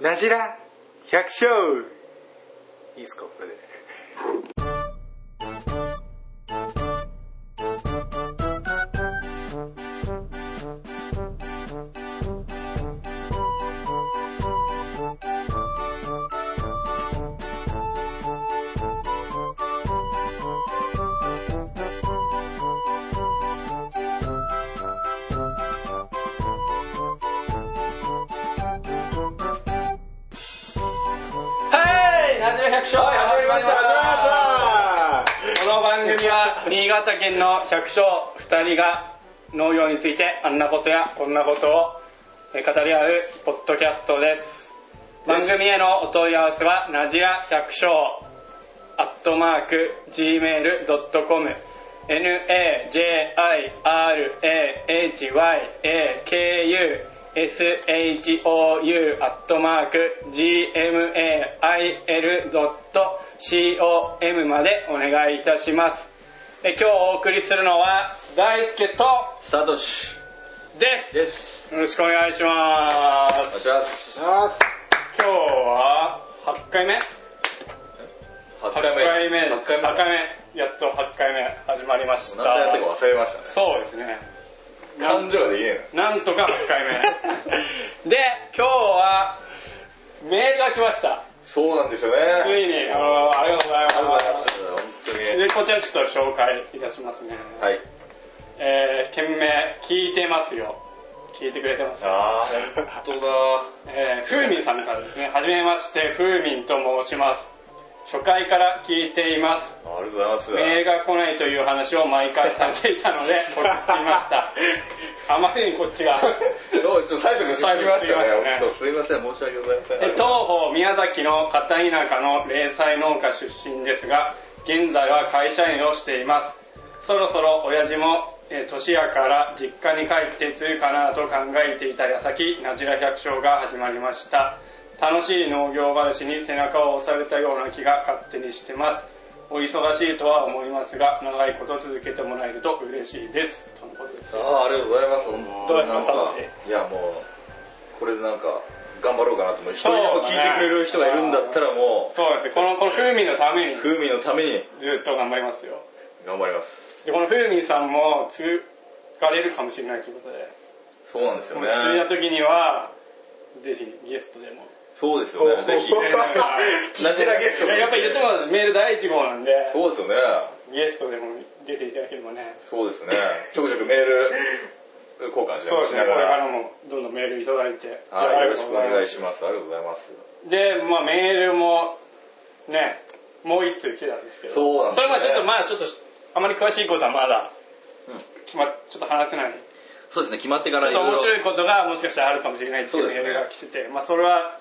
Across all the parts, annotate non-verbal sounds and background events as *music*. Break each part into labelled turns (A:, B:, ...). A: なじら百姓いいですかこれで
B: はいなじら百姓始まりました
A: 始まりまし
B: この番組は新潟県の百姓2人が農業についてあんなことやこんなことをえー語り合うポッドキャストです番組へのお問い合わせはなじら百姓アットマーク gmail.com najirahyakaushou アットマーク gmail.com までお願いいたしますえ今日お送りするのは大輔と
C: サトシ
B: で
C: で
B: す
C: す。
B: よろしくお願いします
C: お願いします。
A: ます
B: 今日は8回目
C: 8
B: 8回目です
C: 8回目。
B: 8回目やっと8回目始まりました
C: 何回やったか忘れましたね。
B: そうですね
C: 感情ができね
B: なんとか8回
C: *laughs*
B: 目で今日はメールが来ました
C: えな。そうなんですよね。
B: ついにあのありがとうござい
C: ありがとう
B: ま
C: ございます。本
B: すでこちらちょっと紹介いたしますね、
C: 当に。はい。
B: えー、件名聞いてますよ聞いてくれてます
C: あー、本当だ。
B: えー、ふうみんさんからですね、はじめまして、ふうみんと申します。初回から聞いています。
C: ありがとうございます。
B: メールが来ないという話を毎回されていたので、送りました。
C: *laughs*
B: あまりにこっちが。
C: そう、ちょっと最速してきましたね
B: 最速してきましたね。
C: 本当すいません、申し訳ございません。
B: え東方宮崎の片田舎の零細農家出身ですが、現在は会社員をしています。そろそろ親父も、えー年やから実家に帰って通かなと考えていた矢先、なじら百姓が始まりました。楽しい農業話に背中を押されたような気が勝手にしてます。お忙しいとは思いますが、長いこと続けてもらえると嬉しいです。とのことで
C: あ
B: す。
C: ー、ありがとうございます。本当になん
B: どうですかサト
C: いや、もう、これでなんか、頑張ろうかなと思う。一人でも聞いてくれる人がいるんだったらも
B: そうですね、この、この風味のために
C: う、風味のために
B: ずっと頑張りますよ。
C: 頑張ります。
B: でこのフーミンさんも通がれるかもしれないということで、
C: そうなんですよ
B: も
C: ね
B: し。通な時には、ぜひゲストでも。
C: そうですよね、ぜひ。
B: い
C: ナジラゲスト
B: ややっぱり言ってもらうメール第1号なんで、
C: *laughs* そうですよね。
B: ゲストでも出ていただければね、
C: そうですね。ちょくちょくメール交換し
B: そうですね、
C: な
B: こ
C: が
B: れから
C: ら。
B: もどんどんメールいただいて、
C: はい、よろしくお願い
B: ま
C: します。ありがとうございます。
B: す。で、まあメールも、ね、もう1通来てたんですけど、
C: そうなんですね
B: れまあちょっと、まあちょっと、あまり詳しいことはまだ、
C: うん
B: 決まちょっと話せない
C: そうですね、決まってか
B: ち
C: ら
B: ょっと面白いことがもしかしたらあるかもしれないっていう
C: そうです
B: メー
C: ね
B: ルが来てて、まあそれは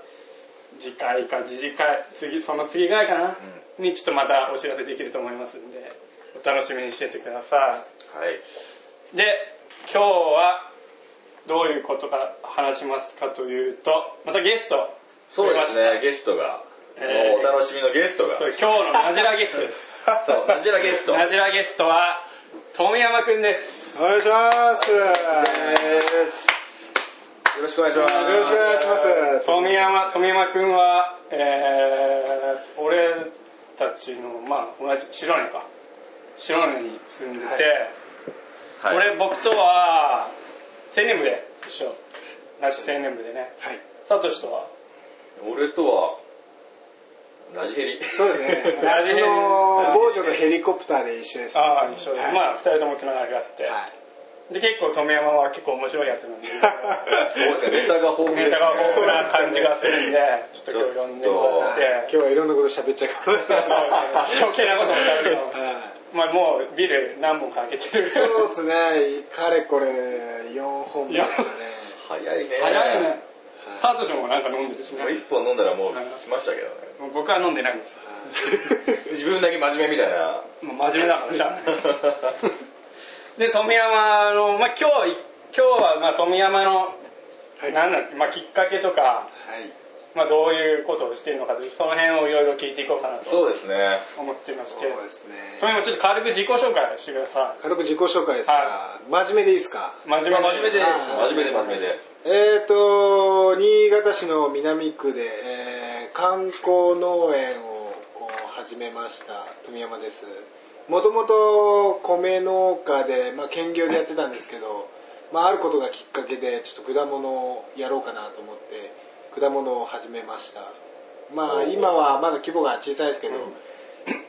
B: 次回か次次回、次、その次ぐらいかな、にちょっとまたお知らせできると思いますんで、お楽しみにしててくださ
C: はい。
B: い。で、今日はどういうことか話しますかというと、またゲスト、
C: そうです
B: 増えま
C: ね、ゲストが。
B: えー
C: もうお楽しみのゲストが。
B: そ
C: そうう、
B: 今日のナジラゲストです。
C: ナジラゲスト。
B: *laughs* ナジラゲストは、富山くんです。
A: お願いします
C: よろしくお願いします。
A: よろしくお願いします
B: 富山、富山くんは、えー、俺たちの、まあ同じ、白根か。白根に住んでて、
C: はい。
B: 俺、僕とは、青年部で一緒。なし青年部でね。
A: はい
B: サトシとは、
C: 俺とは、ラジヘリ。
A: そうですね
B: なじ
A: 夏
B: ら
A: の防除のヘリコプターで一緒ですね
B: ああ、一緒で、
A: はい
B: まあ二人ともつながりがあって。
A: はい
B: で、結構富山は結構面白いやつなんで、
C: そうですね、ネタが豊富です
B: ネタが豊富な感じがするんで、ちょっと今日呼んでもらっ
A: 今
B: て
A: 日はいろんなこと喋っちゃうかも
B: 余計なこともしゃべるけど
A: はい
B: まあもうビル何本か開けてる。
A: そうですね、かれこれ4本目ですかね。
C: 早いね。
B: 早いね。サトシもなんか飲んでるし
C: もう一
B: ね。
C: 本飲んだらもうしましたけどね。
B: もう僕は飲んでないんです。
C: 自分だけ真面目みたいな。
B: もう真面目だからしゃあない。で、富山の、まあ今日い、今日はまあ富山
A: は
B: の、
A: い
B: なんだっけ、まあきっかけと
A: は
B: か、
A: い。
B: まあどういうことをしているのかという、その辺をいろいろ聞いていこうかなと
C: *laughs* そうですね。
B: 思っていまし
A: そ
B: て。
A: うです
B: 富
A: ね。
B: 山ちょっと軽く自己紹介してくださ
A: 軽く自己紹介ですが、真面目でいいですか
B: い。真面目
C: 真
B: に
C: 面目で、
A: あー
C: 真面目で真面目で。
A: えーと、新潟
D: 方市の南区で、えー観光農園をこう始めました富山ですもともと米農家で、まあ、兼業でやってたんですけど、まあ、あることがきっかけでちょっと果物をやろうかなと思って果物を始めましたまあ今はまだ規模が小さいですけど、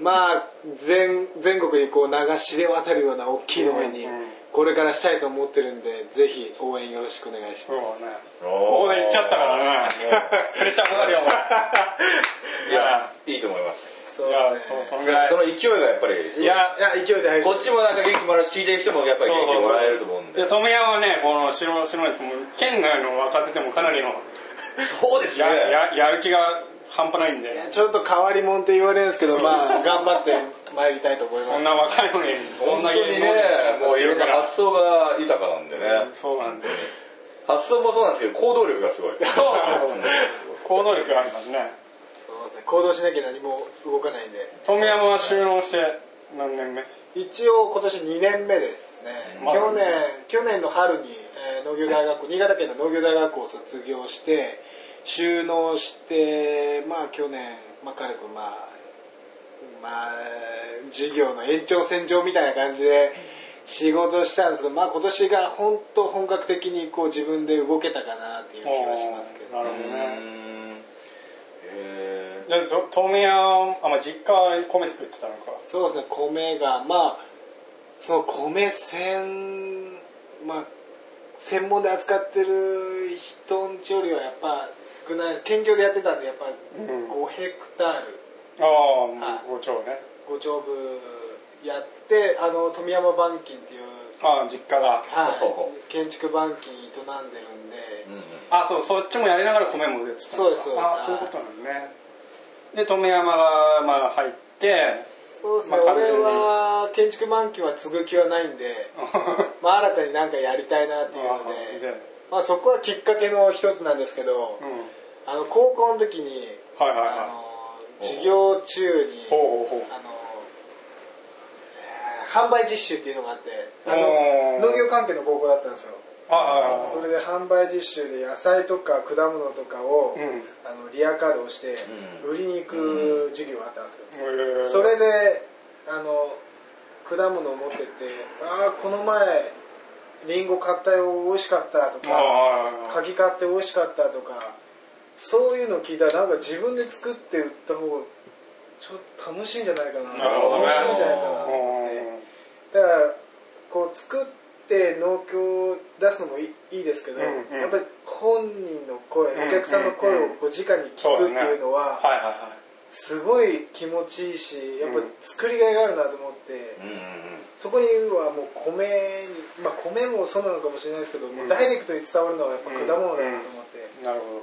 D: まあ全全国にこう流しで渡るような大きい農園に
B: うんうん
D: これからしたいと思ってるんでぜひ応援よろしくお願いし
B: そう
D: ま
B: ね
D: す。
B: こ
C: こ
B: こで行っちゃった
C: *laughs*
B: からねプレッシャーかかるよお前
C: いや、いいと思います。
D: そう
B: い
D: で
B: や
D: す
B: そう
D: ね
B: そん
C: そ
B: ぐらい
C: の勢いがやっぱり、
B: いや
D: いや勢いで大丈
C: こ
D: 夫
C: っちもなんか元気もらうし、聞いてる人もやっぱり元気もらえると思うん
B: いや、
C: で。
B: 富山はね、この白、白いです。もう、県外の若手でもかなりの、
C: そうですね
B: や、。や、やる気が半端ないんで、
D: ちょっと変わり者って言われるんですけどまあ頑張って参りたいと思い
B: こ
D: ま
B: ん *laughs*
D: す
B: な若いのに、こ
C: 本
B: んな
C: 当にね、もういろんな
B: から。
C: 発想が豊かなんでね。
B: そうなんですよ。
C: 発想もそうなんですけど、行動力がすごい。
B: *laughs* そうなんですよ行動力がありますね。
D: そうですね行動しなきゃ何も動かないんで
B: 富山は就農して何年目
D: 一応今年2年目ですね、
B: まあ
D: 去年去年の春に、えー農業大学新潟県の農業大学を卒業して収納してまあ去年、まあ、軽くまあまあ授業の延長線上みたいな感じで仕事したんですけどまあ今年が本当本格的にこう自分で動けたかなっていう気がしますけど
B: なる
C: う
B: ほどね。
C: ーんへ
B: じゃあ、ど富山、あ、まあ、実家は米作ってたのか。
D: そうですね、米が、まあ、その米専、まあ、専門で扱ってる人んちよりはやっぱ少ない、県境でやってたんで、やっぱ
B: うん
D: 5ヘクタール、
B: あ
D: は
B: あ、五丁ね。
D: 5丁分やって、あの、富山板金っていう、
B: ああ、実家だ。
C: ほうほ
D: はい、建築板金営んでるんで
C: ー、うんうん
B: あ、そう、そっちもやりながら米も出てたのか
D: そうですそうです
B: あ、そういうことなのね。で、富山が、まあ、入っ
D: *laughs*
B: て、
D: そうですね、
B: まあ完全
D: 俺
B: に
D: は建築板金は継ぐ気はないんで、まあ、新たになんかやりたいなっていうの
B: うん
D: で、まあ、そこはきっかけの一つなんですけど、
B: うん。
D: あの高校の時に、
B: はいはい
D: あ
B: は
D: の授業中に
B: い。ほうほうほう。
D: あのえー販売実習っていうのがあってあ
B: おー
D: の農業関係の高校だったんですよ
B: ああ、
D: それで販売実習で野菜とか果物とかを、
B: うん。へ
D: あのリアカードをして
C: うん
D: 売りに行く授業があったんですよ、
B: え
D: それであの果物を持ってって「ああこの前リンゴ買ったよ美味しかった」と
B: ああ
D: か柿買って美味しかったとかそういうの聞いたらなんか自分で作って売った方がちょっと楽しいんじゃないかな
B: なるほどね
D: 面白いんじゃないか
B: あ
D: な
B: あ
D: と思ってだからこう作って農協を出すのもいいいいですけど、
B: うんうん
D: やっぱり本人の声
B: うんうんうん
D: お客さんの声をこう直に聞くっていうのは
B: はいはいはい。
D: すごい気持ちいいしやっぱり作りがいがあるなと思って
C: うんうんうん
D: そこにはもう米に、まあ、米もそうなのかもしれないですけど、もうダイレクトに伝わるのはやっぱ果物だなと思って。
B: なるほど。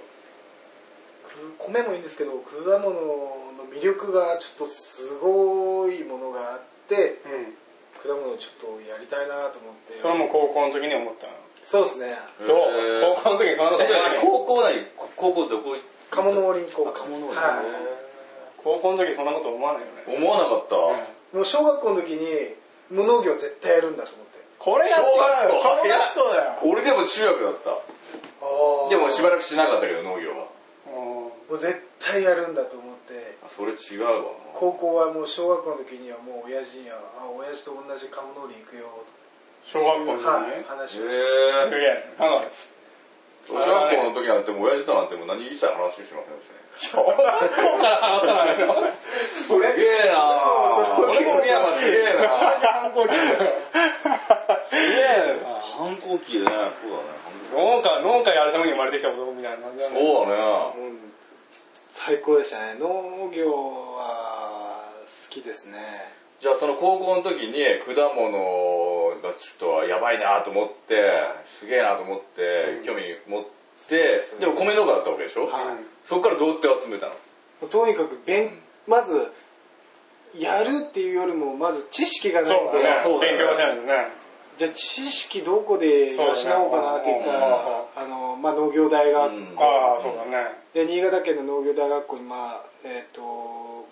D: く米もいいんですけど果物の魅力がちょっとすごいものがあって
B: うん。
D: 果物をちょっとやりたいなと思って
B: それも高校の時に思ったの。
D: そうですね
B: ど
C: へー
B: う高校の時にそんなことある
C: え高校内、高校どこ行っ
D: 鴨の林高校
C: あ鴨の林
D: は
B: 高校の時そんなこと思わないよね。
C: 思わなかった。
D: い、もう小学校の時に無農業絶対やるんだと思って
B: これが違うよ
C: 小学校
B: 小学校だよ。
C: 俺でも中学だった。
D: あ
C: でもしばらくしなかったけど、農業は。
B: うん
D: もう絶対やるんだと思って
C: あそれ違うわな。
D: 高校はもう小学校の時にはもう親父には「あ親父と同じ鴨の林行くよ」
B: 小学校
D: と
B: の時
D: は
B: に
D: い、話
C: へ
B: す
D: をして
B: げ
C: ぇ
B: え。なんか、
C: 小学校の時なんてもう親父となんてもう何一切話しませんでしたね。
B: 小学校から話さないの
C: すげえなぁ。
D: そう
C: 俺も宮山すげえなぁ。
B: 反抗期だよ。すげえな。
C: 反抗期でね、そうだね。
B: 農家、農家やるために生まれてきた男みたいな感じだね。
C: そうだね。
D: もう最高でしたね農業は好きですね
C: じゃあその高校の時に果物がちょっとやばいなと思って、すげえなと思って、興味持って、でも米農家だったわけでしょ
D: は
C: そこからどうやって集めたの
D: とにかく勉まずやるっていうよりもまず知識がないん
B: そう
D: で
B: だ
C: そう
B: ね。
C: だね
B: 勉強しないとね。
D: じゃあ知識どこで養おうかなって言ったらあの、まあ、農業大学、
C: うん
B: ああ、そうだね。
D: で新潟県の農業大学校に、まあえー、と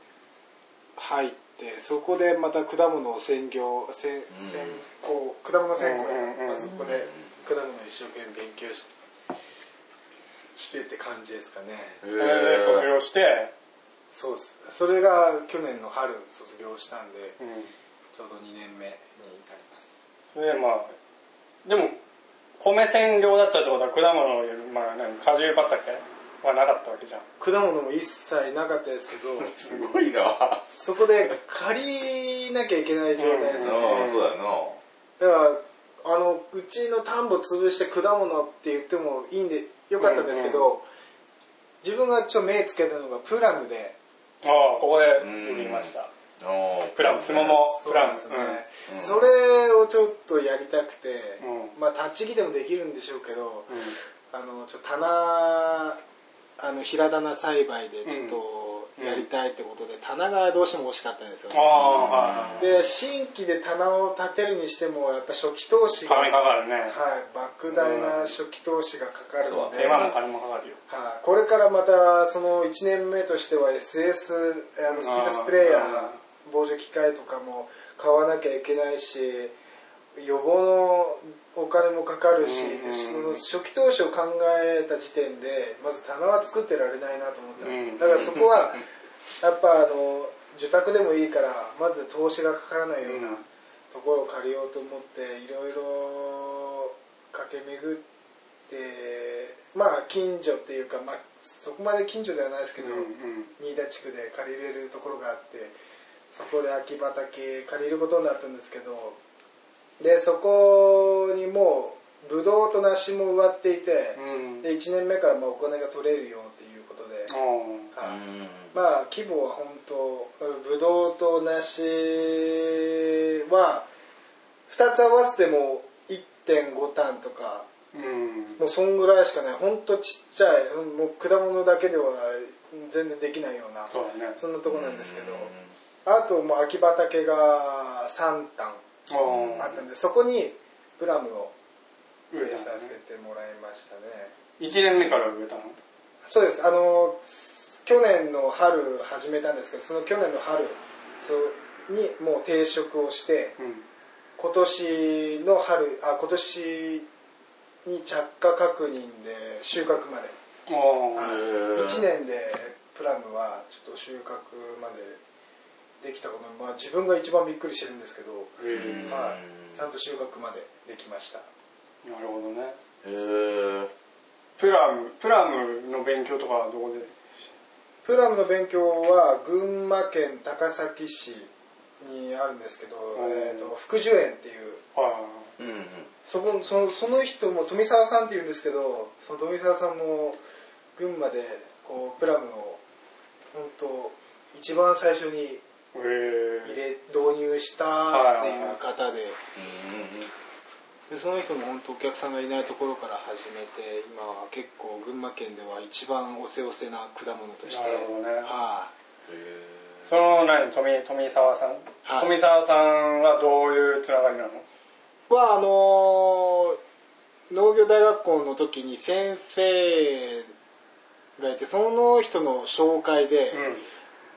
D: 入ってそこでまた果物を専業専専攻果物専攻
B: うんうんうん
D: まあそこで果物を一生懸命勉強してしてって感じですかね
C: へ
B: それで卒業して、
D: そうですそれが去年の春卒業したんで
B: うん
D: ちょうど2年目になります
B: それでまあ、でも、米専業だったってことは果物より、まあ何、果汁畑はなかったわけじゃん。
D: 果物も一切なかったですけど *laughs*
C: すごいなあ
D: そこで借りなきゃいけない状態です
C: そう
D: ね、
C: だよな
D: だからあのうちの田んぼ潰して果物って言ってもいいんでよかったんですけど、自分がちょっと目つけたのがプラムで
B: ああ、ここで売りました。
C: あー
B: プラム、スモモ、プラム。
D: そううんなんで
C: うんうん
D: それをちょっとやりたくて、
B: う
D: まあ立ち木でもできるんでしょうけど、
B: うん
D: あのちょっと棚あの平棚栽培でちょっとやりたいってことで、棚がどうしても欲しかったんですよ、
B: ああ、はい。
D: で新規で棚を建てるにしてもやっぱ初期投資が、は
B: 金
D: い、
B: かかるね。
D: 莫大な初期投資がかかる
C: そ
D: の
C: う
D: で、
B: 手間も金もかかるよ。
D: はい、これからまたその1年目としては SS あのスピードスプレーや
B: あ
D: 防除機械とかも買わなきゃいけないし予防のお金もかかるし、
B: うんうんうん
D: でその初期投資を考えた時点でまず棚は作ってられないなと思ったんですよ、
B: うん
D: だからそこはやっぱあの受託でもいいからまず投資がかからないよう
B: うん
D: なところを借りようと思っていろいろ駆け巡ってまあ近所っていうか、まあ、そこまで近所ではないですけど、
B: うん
D: 新田地区で借りれるところがあってそこで秋畑借りることになったんですけどでそこにもうブドウと梨も植わっていて、
B: うん。うん。
D: で1年目からまあお金が取れるよっていうことで、
B: あ
D: はい
C: うん
D: まあ規模は本当ブドウと梨は2つ合わせても1.5単とか
B: あうん。
D: もうそんぐらいしかない本当ちっちゃいうんもう果物だけでは全然できないような
B: そうだね。
D: そんなとこなんですけど
C: うん
D: あともう秋畑が3単
B: あ
D: あ
B: あ
D: ったんでそこにプラムを植
B: 植
D: え
B: え
D: さ
B: たね。
D: せてもらいましたね
B: 1年目から植えたの。
D: そうですあの去年の春始めたんですけどその去年の春そうにもう定食をして
B: うん。
D: 今年の春あ今年に着火確認で収穫まで
B: ああ。
C: へー
D: 1年でプラムはちょっと収穫までできたこと、まあ、自分が一番びっくりしてるんですけど、
B: うん
D: はい、ちゃんと収穫までできました
B: なるほどね。
C: へー
B: プラム、プラムの勉強とかはどこで
D: プラムの勉強は群馬県高崎市にあるんですけど、
B: ん
D: えー、と福寿園っていう
B: はい。
C: うんうん
D: そこそのその人も富澤さんっていうんですけどその富澤さんも群馬でこうプラムを本当一番最初に
B: へ
D: 入
B: え
D: れ導入したっていう方ででその人も本当お客さんがいないところから始めて今は結構群馬県では一番おせおせな果物として
B: なるほどね
D: は
B: その何富富澤さん、
D: はい
B: 富澤さんはどういうつながりなの
D: いはあのー農業大学校の時に先生がいてその人の紹介で、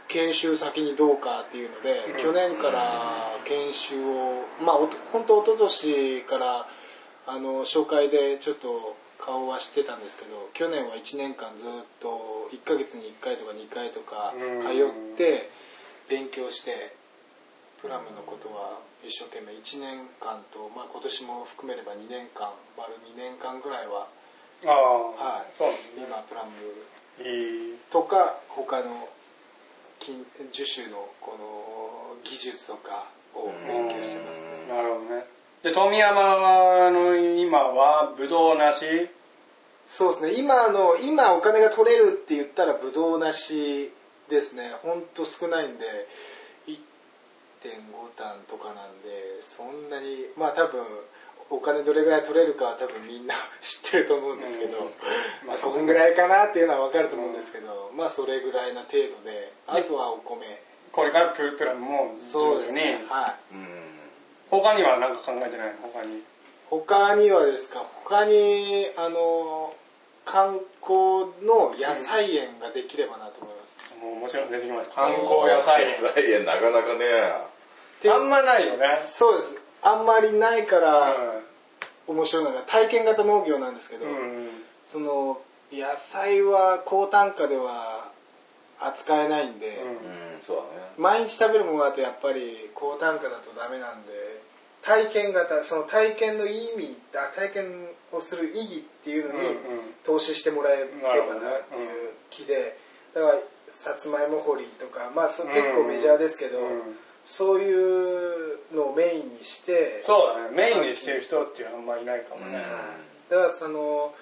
D: 研修先にどうかっていうので、
B: うん
D: 去年から研修をまあおと本当一昨年からあの紹介でちょっと顔はしてたんですけど去年は1年間ずっと1ヶ月に1回とか2回とか
B: うん
D: 通って勉強してプラムのことは一生懸命1年間と、まあ、今年も含めれば2年間丸2年間ぐらいは、
B: うん、ああ、
D: はい、
B: そう
D: 今プラム
B: いい
D: とか他の金樹種のこの技術とかを勉強してますね、
B: なるほどねで富山の今はブドウなし
D: そうですね今あの今お金が取れるって言ったらブドウなしですねほんと少ないんで1.5単とかなんでそんなにまあ多分お金どれぐらい取れるかは多分みんな知ってると思うんですけど、
B: うん
D: *laughs* まあそんぐらいかなっていうのは分かると思うんですけど、まあそれぐらいな程度であとはお米
B: これからププラムも
D: そうですね
B: 順に
D: はい
C: うん
B: 他には何か考えてないの他に
D: 他にはですか他にあの観光の野菜園ができればなと思います、
B: もうもちろん出てきます観光野菜
C: 野菜園なかなかね
D: で
B: あんまないよね
D: そうですあんまりないから
B: う
D: 面白いのが体験型農業なんですけど、
B: んうん
D: その野菜は高単価では扱えないんで、
C: うん、そうだね。
D: 毎日食べるものだとやっぱり高単価だとダメなんで体験型その体験の意味あ体験をする意義っていうのに
B: うんうん
D: 投資してもらえれば
B: なるほどね
D: なっていう気でだからさつまいも掘りとかまあそ結構メジャーですけど、
B: うん
D: そういうのをメインにして
B: そうだねメインにしてる人っていうのはあんまいないかもね
D: だからその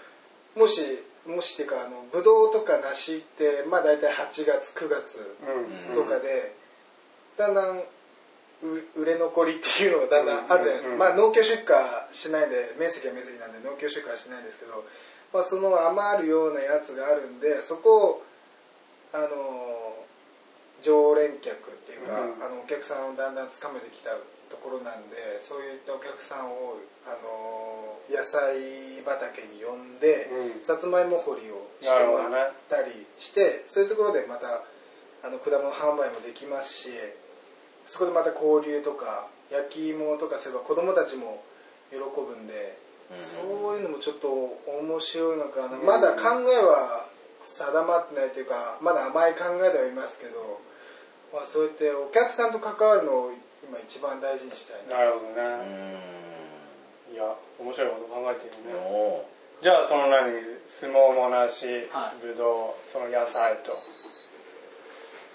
D: もしもしっていうかあのブドウとか梨ってまあ大体8月9月
B: うん
D: とかで、だんだんう売れ残りっていうのがだんだんあるじゃないですか、
B: うんうんうん
D: まあ農協出荷しないで面積は面積なんで農協出荷はしないんですけど、まあ、その余るようなやつがあるんでそこをあの常連客っていうか、
B: うん
D: あのお客さんをだんだんつかめてきたところなんでそういったお客さんをあの野菜畑に呼んで、
B: うん
D: さつまいも掘りをしてもらったりして、そういうところでまたあの果物販売もできますしそこでまた交流とか焼き芋とかすれば子供たちも喜ぶんで、
C: うん
D: そういうのもちょっと面白いのかな、
B: うん
D: まだ考えは定まってないというかまだ甘い考えではいますけど、まあ、そうやってお客さんと関わるのを今一番大事にしたいな
B: なるほど
C: う
B: ね
C: ん。
B: いや面白いこと考えてるね
C: も
B: じゃあその何相撲もなし
D: はい
B: ぶどうその野菜とっ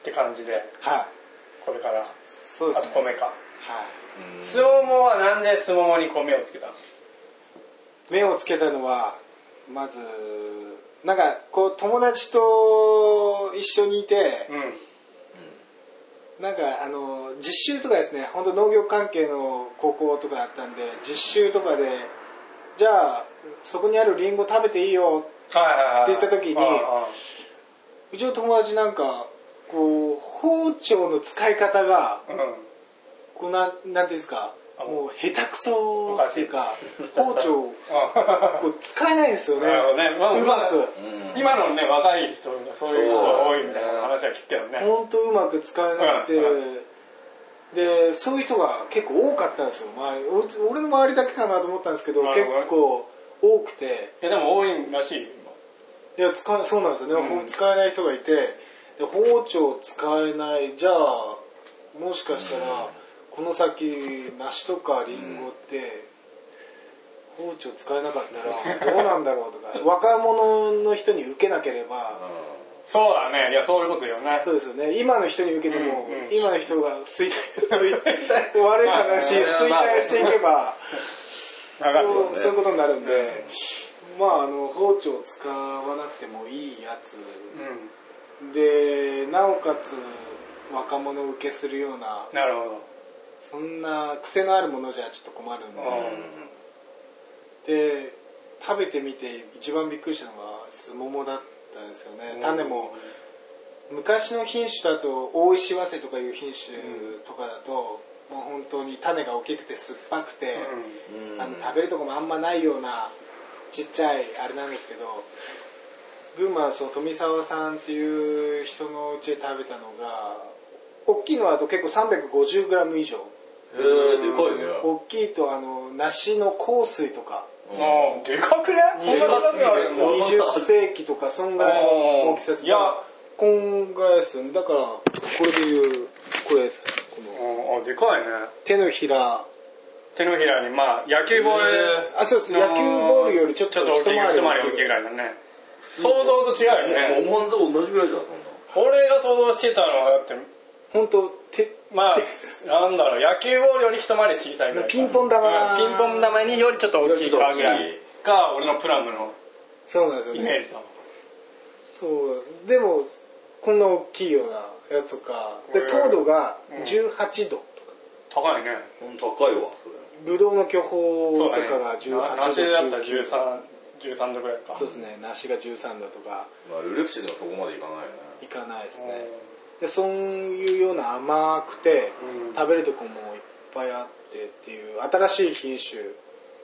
B: て感じで
D: はい
B: これからあ
D: そう
B: と
D: ですねはい
B: 米か相撲はなんで相撲に米をつけたの
D: 目をつけたのはまずなんかこう友達と一緒にいて、
B: うん
D: なんかあの実習とかですね本当農業関係の高校とかだったんで実習とかでじゃあそこにあるリンゴ食べていいよ
B: はいはいはい
D: って言った時に
B: うんうん
D: うちの友達なんかこう包丁の使い方が
B: う
D: こうなんなんていうんですか
B: あ
D: もう下手くそっていうか包丁を
B: ん
D: こう使えないんですよ
B: *laughs*
D: ね
B: なるほどねまあ
D: うまく。
C: うん。
B: 今のね若い人がそういう人多いみたいな話は聞くけどね
D: 本当うまく使えなくて、
B: うん
D: でそういう人が結構多かったんですよ周り俺俺の周りだけかなと思ったんですけど
B: な
D: 結
B: るほど
D: 構多くて
B: いやでも多いらしいよ
D: いや使えそうなんですよね、
B: うん
D: 使えない人がいてで包丁使えないじゃあもしかしたら、
C: うん
D: この先梨とかリンゴって、包丁使えなかったらどうなんだろうとか若者の人に受けなけ
C: *laughs*
D: れば、
B: そうだねいやそういうことよね
D: そうですよね。今の人に受けても、
B: うんうん
D: 今の人が衰退、衰退悪い話、衰
C: まあ
D: 退していけば、
B: 長く
D: そ
B: よ
D: う
B: ね
D: そういうことになるんで、まあ、あの、包丁を使わなくてもいいやつ
B: うん
D: で、なおかつ若者受けするような、
B: なるほど
D: そんな癖のあるものじゃちょっと困るん
B: うん
D: で、で、食べてみて一番びっくりしたのがスモモだったんですよね。種も、昔の品種だと大石早生とかいう品種とかだと、もう本当に種が大きくて酸っぱくて、
B: う
C: うん
D: あの食べるとこもあんまないようなちっちゃいあれなんですけど群馬のその富澤さんっていう人のうちで食べたのが大きいのだと結構 350g 以上
C: へー、でかいね。
D: 大きいとあの梨の香水とか
B: んあーでかくねそんな高くない
C: うん
B: の
D: 20世紀とかそんぐらいの大きさです
B: いや
D: こんぐらいですよねだからこれでいうこれですこの
B: うんあでかいね
D: 手のひら
B: 手のひらにまあ野球ボール
D: あそうです野球ボールよりちょっと
B: ちょっと大きい一回り大きいぐらいだね想像と違うよね
C: おもんと同じぐらいじゃん、
B: 俺が想像してたのはだって
D: 本当手
B: まあなんだろう野球ボールより一回り小さいぐらい
D: ピンポン玉
B: ピンポン玉によりちょっと大きいかぐらいが俺のプラムの
D: そうなんですよ
B: イ
D: ね
B: メージだもん
D: そうでもこんな大きいようなやつとかで
B: うん
D: 糖度が18度とか
B: 高いね
C: そんな。高いわ、それ。
D: ブドウの巨峰
B: そ
D: と
B: うだね
D: かが18
B: 梨
D: 度
B: だったら
D: 19
B: 13 13度ぐらいか
D: そうですね梨が13度とか
C: まあ、ルレクシでもそこまでいかないよね。
D: いかないです
B: うん
D: ねでそういうような甘くて
B: うん
D: 食べるとこもいっぱいあってっていう新しい品種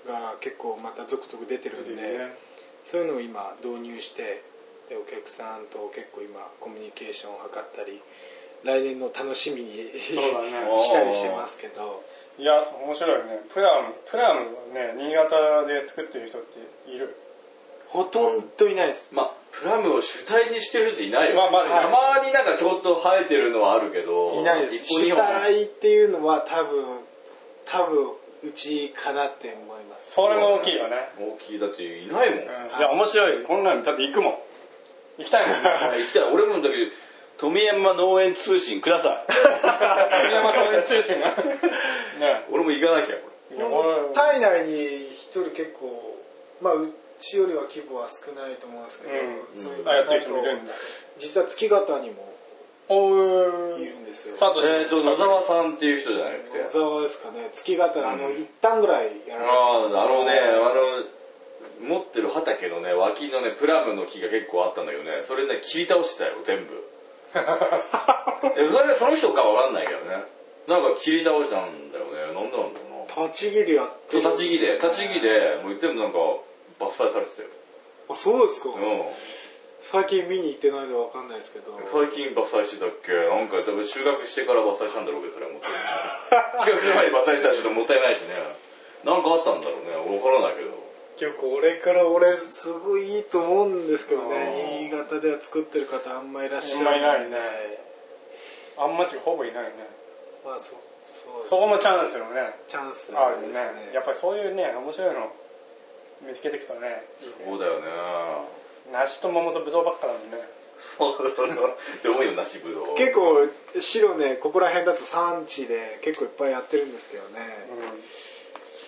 D: が結構また続々出てるんで、
B: ね
D: そういうのを今導入してでお客さんと結構今コミュニケーションを図ったり来年の楽しみに
B: そうだね
D: *laughs* したりしてますけど
B: いや面白いねプラムプラムはね新潟で作ってる人っている
D: ほとんどいないです。
C: まあ、プラムを主体にしてる人いないよ。
B: まあまあ
C: たまになんかちょっと生えてるのはあるけど、
D: いないです。
C: 一
D: 主
C: 個二本
D: 体っていうのは多分、多分、うちかなって思います。
B: それも大きいよね。
C: 大きい、だっていないもん。
B: うんいや、面白い。こんなのだって行くもん。行きたいもん。 *laughs*
C: あ行きたい。俺もだけど、富山農園通信ください。
B: 富山農園通信が。ね
C: 俺も行かな
B: *laughs*
C: きゃ、こ
B: いや俺
D: 体内に一人結構、まあ、うちよりは規模は少ないと思うんですけど、
B: うん
D: そういう
B: あやってる人もいるんだ。
D: 実は月型にも
B: お
D: い
B: ー
D: るんですよ。
B: スタートし
C: れ。え
B: て
C: っ、と、野沢さんっていう人じゃなくて。
D: 小沢ですかね、月型、あの、一旦ぐらいやられ
C: あ
D: て
C: あ、あのね、あの、持ってる畑のね、脇のね、プラムの木が結構あったんだけどね、それね、切り倒してたよ、全部。え、それがその人かわかんないけどね。なんか切り倒したんだよね、なんでなんだろうな。
D: 立ち切りやっ
C: そ
D: てる
C: う、立ち木で、立ち木で、もう全部なんか、伐採されてたよ。
D: あそうですか、
C: う
D: 最近見に行ってないのでわかんないですけど
C: ん。最近伐採してたっけなんか、多分収穫してから伐採したんだろうけど、それはもったいない。収穫する前に伐採したらちょっともったいないしね。なんかあったんだろうね、わからないけど。
D: 結構俺から俺すごいいいと思うんですけど
C: う
D: ね新潟では作ってる方あんまいらっしゃ
B: あんまいないね。あんまちほぼいないね。
D: まあそうそう
B: そこもチャンスよね。
D: チャンス
B: あ
D: なん
B: る
D: です
B: ね。やっぱりそういうね、面白いの見つけていくとね。
C: そうだよね。
B: 梨と桃とぶどうばっかなんでね。
C: って思うよ、梨ぶどう。
D: 結構白ねここら辺だと産地で結構いっぱいやってるんですけどね、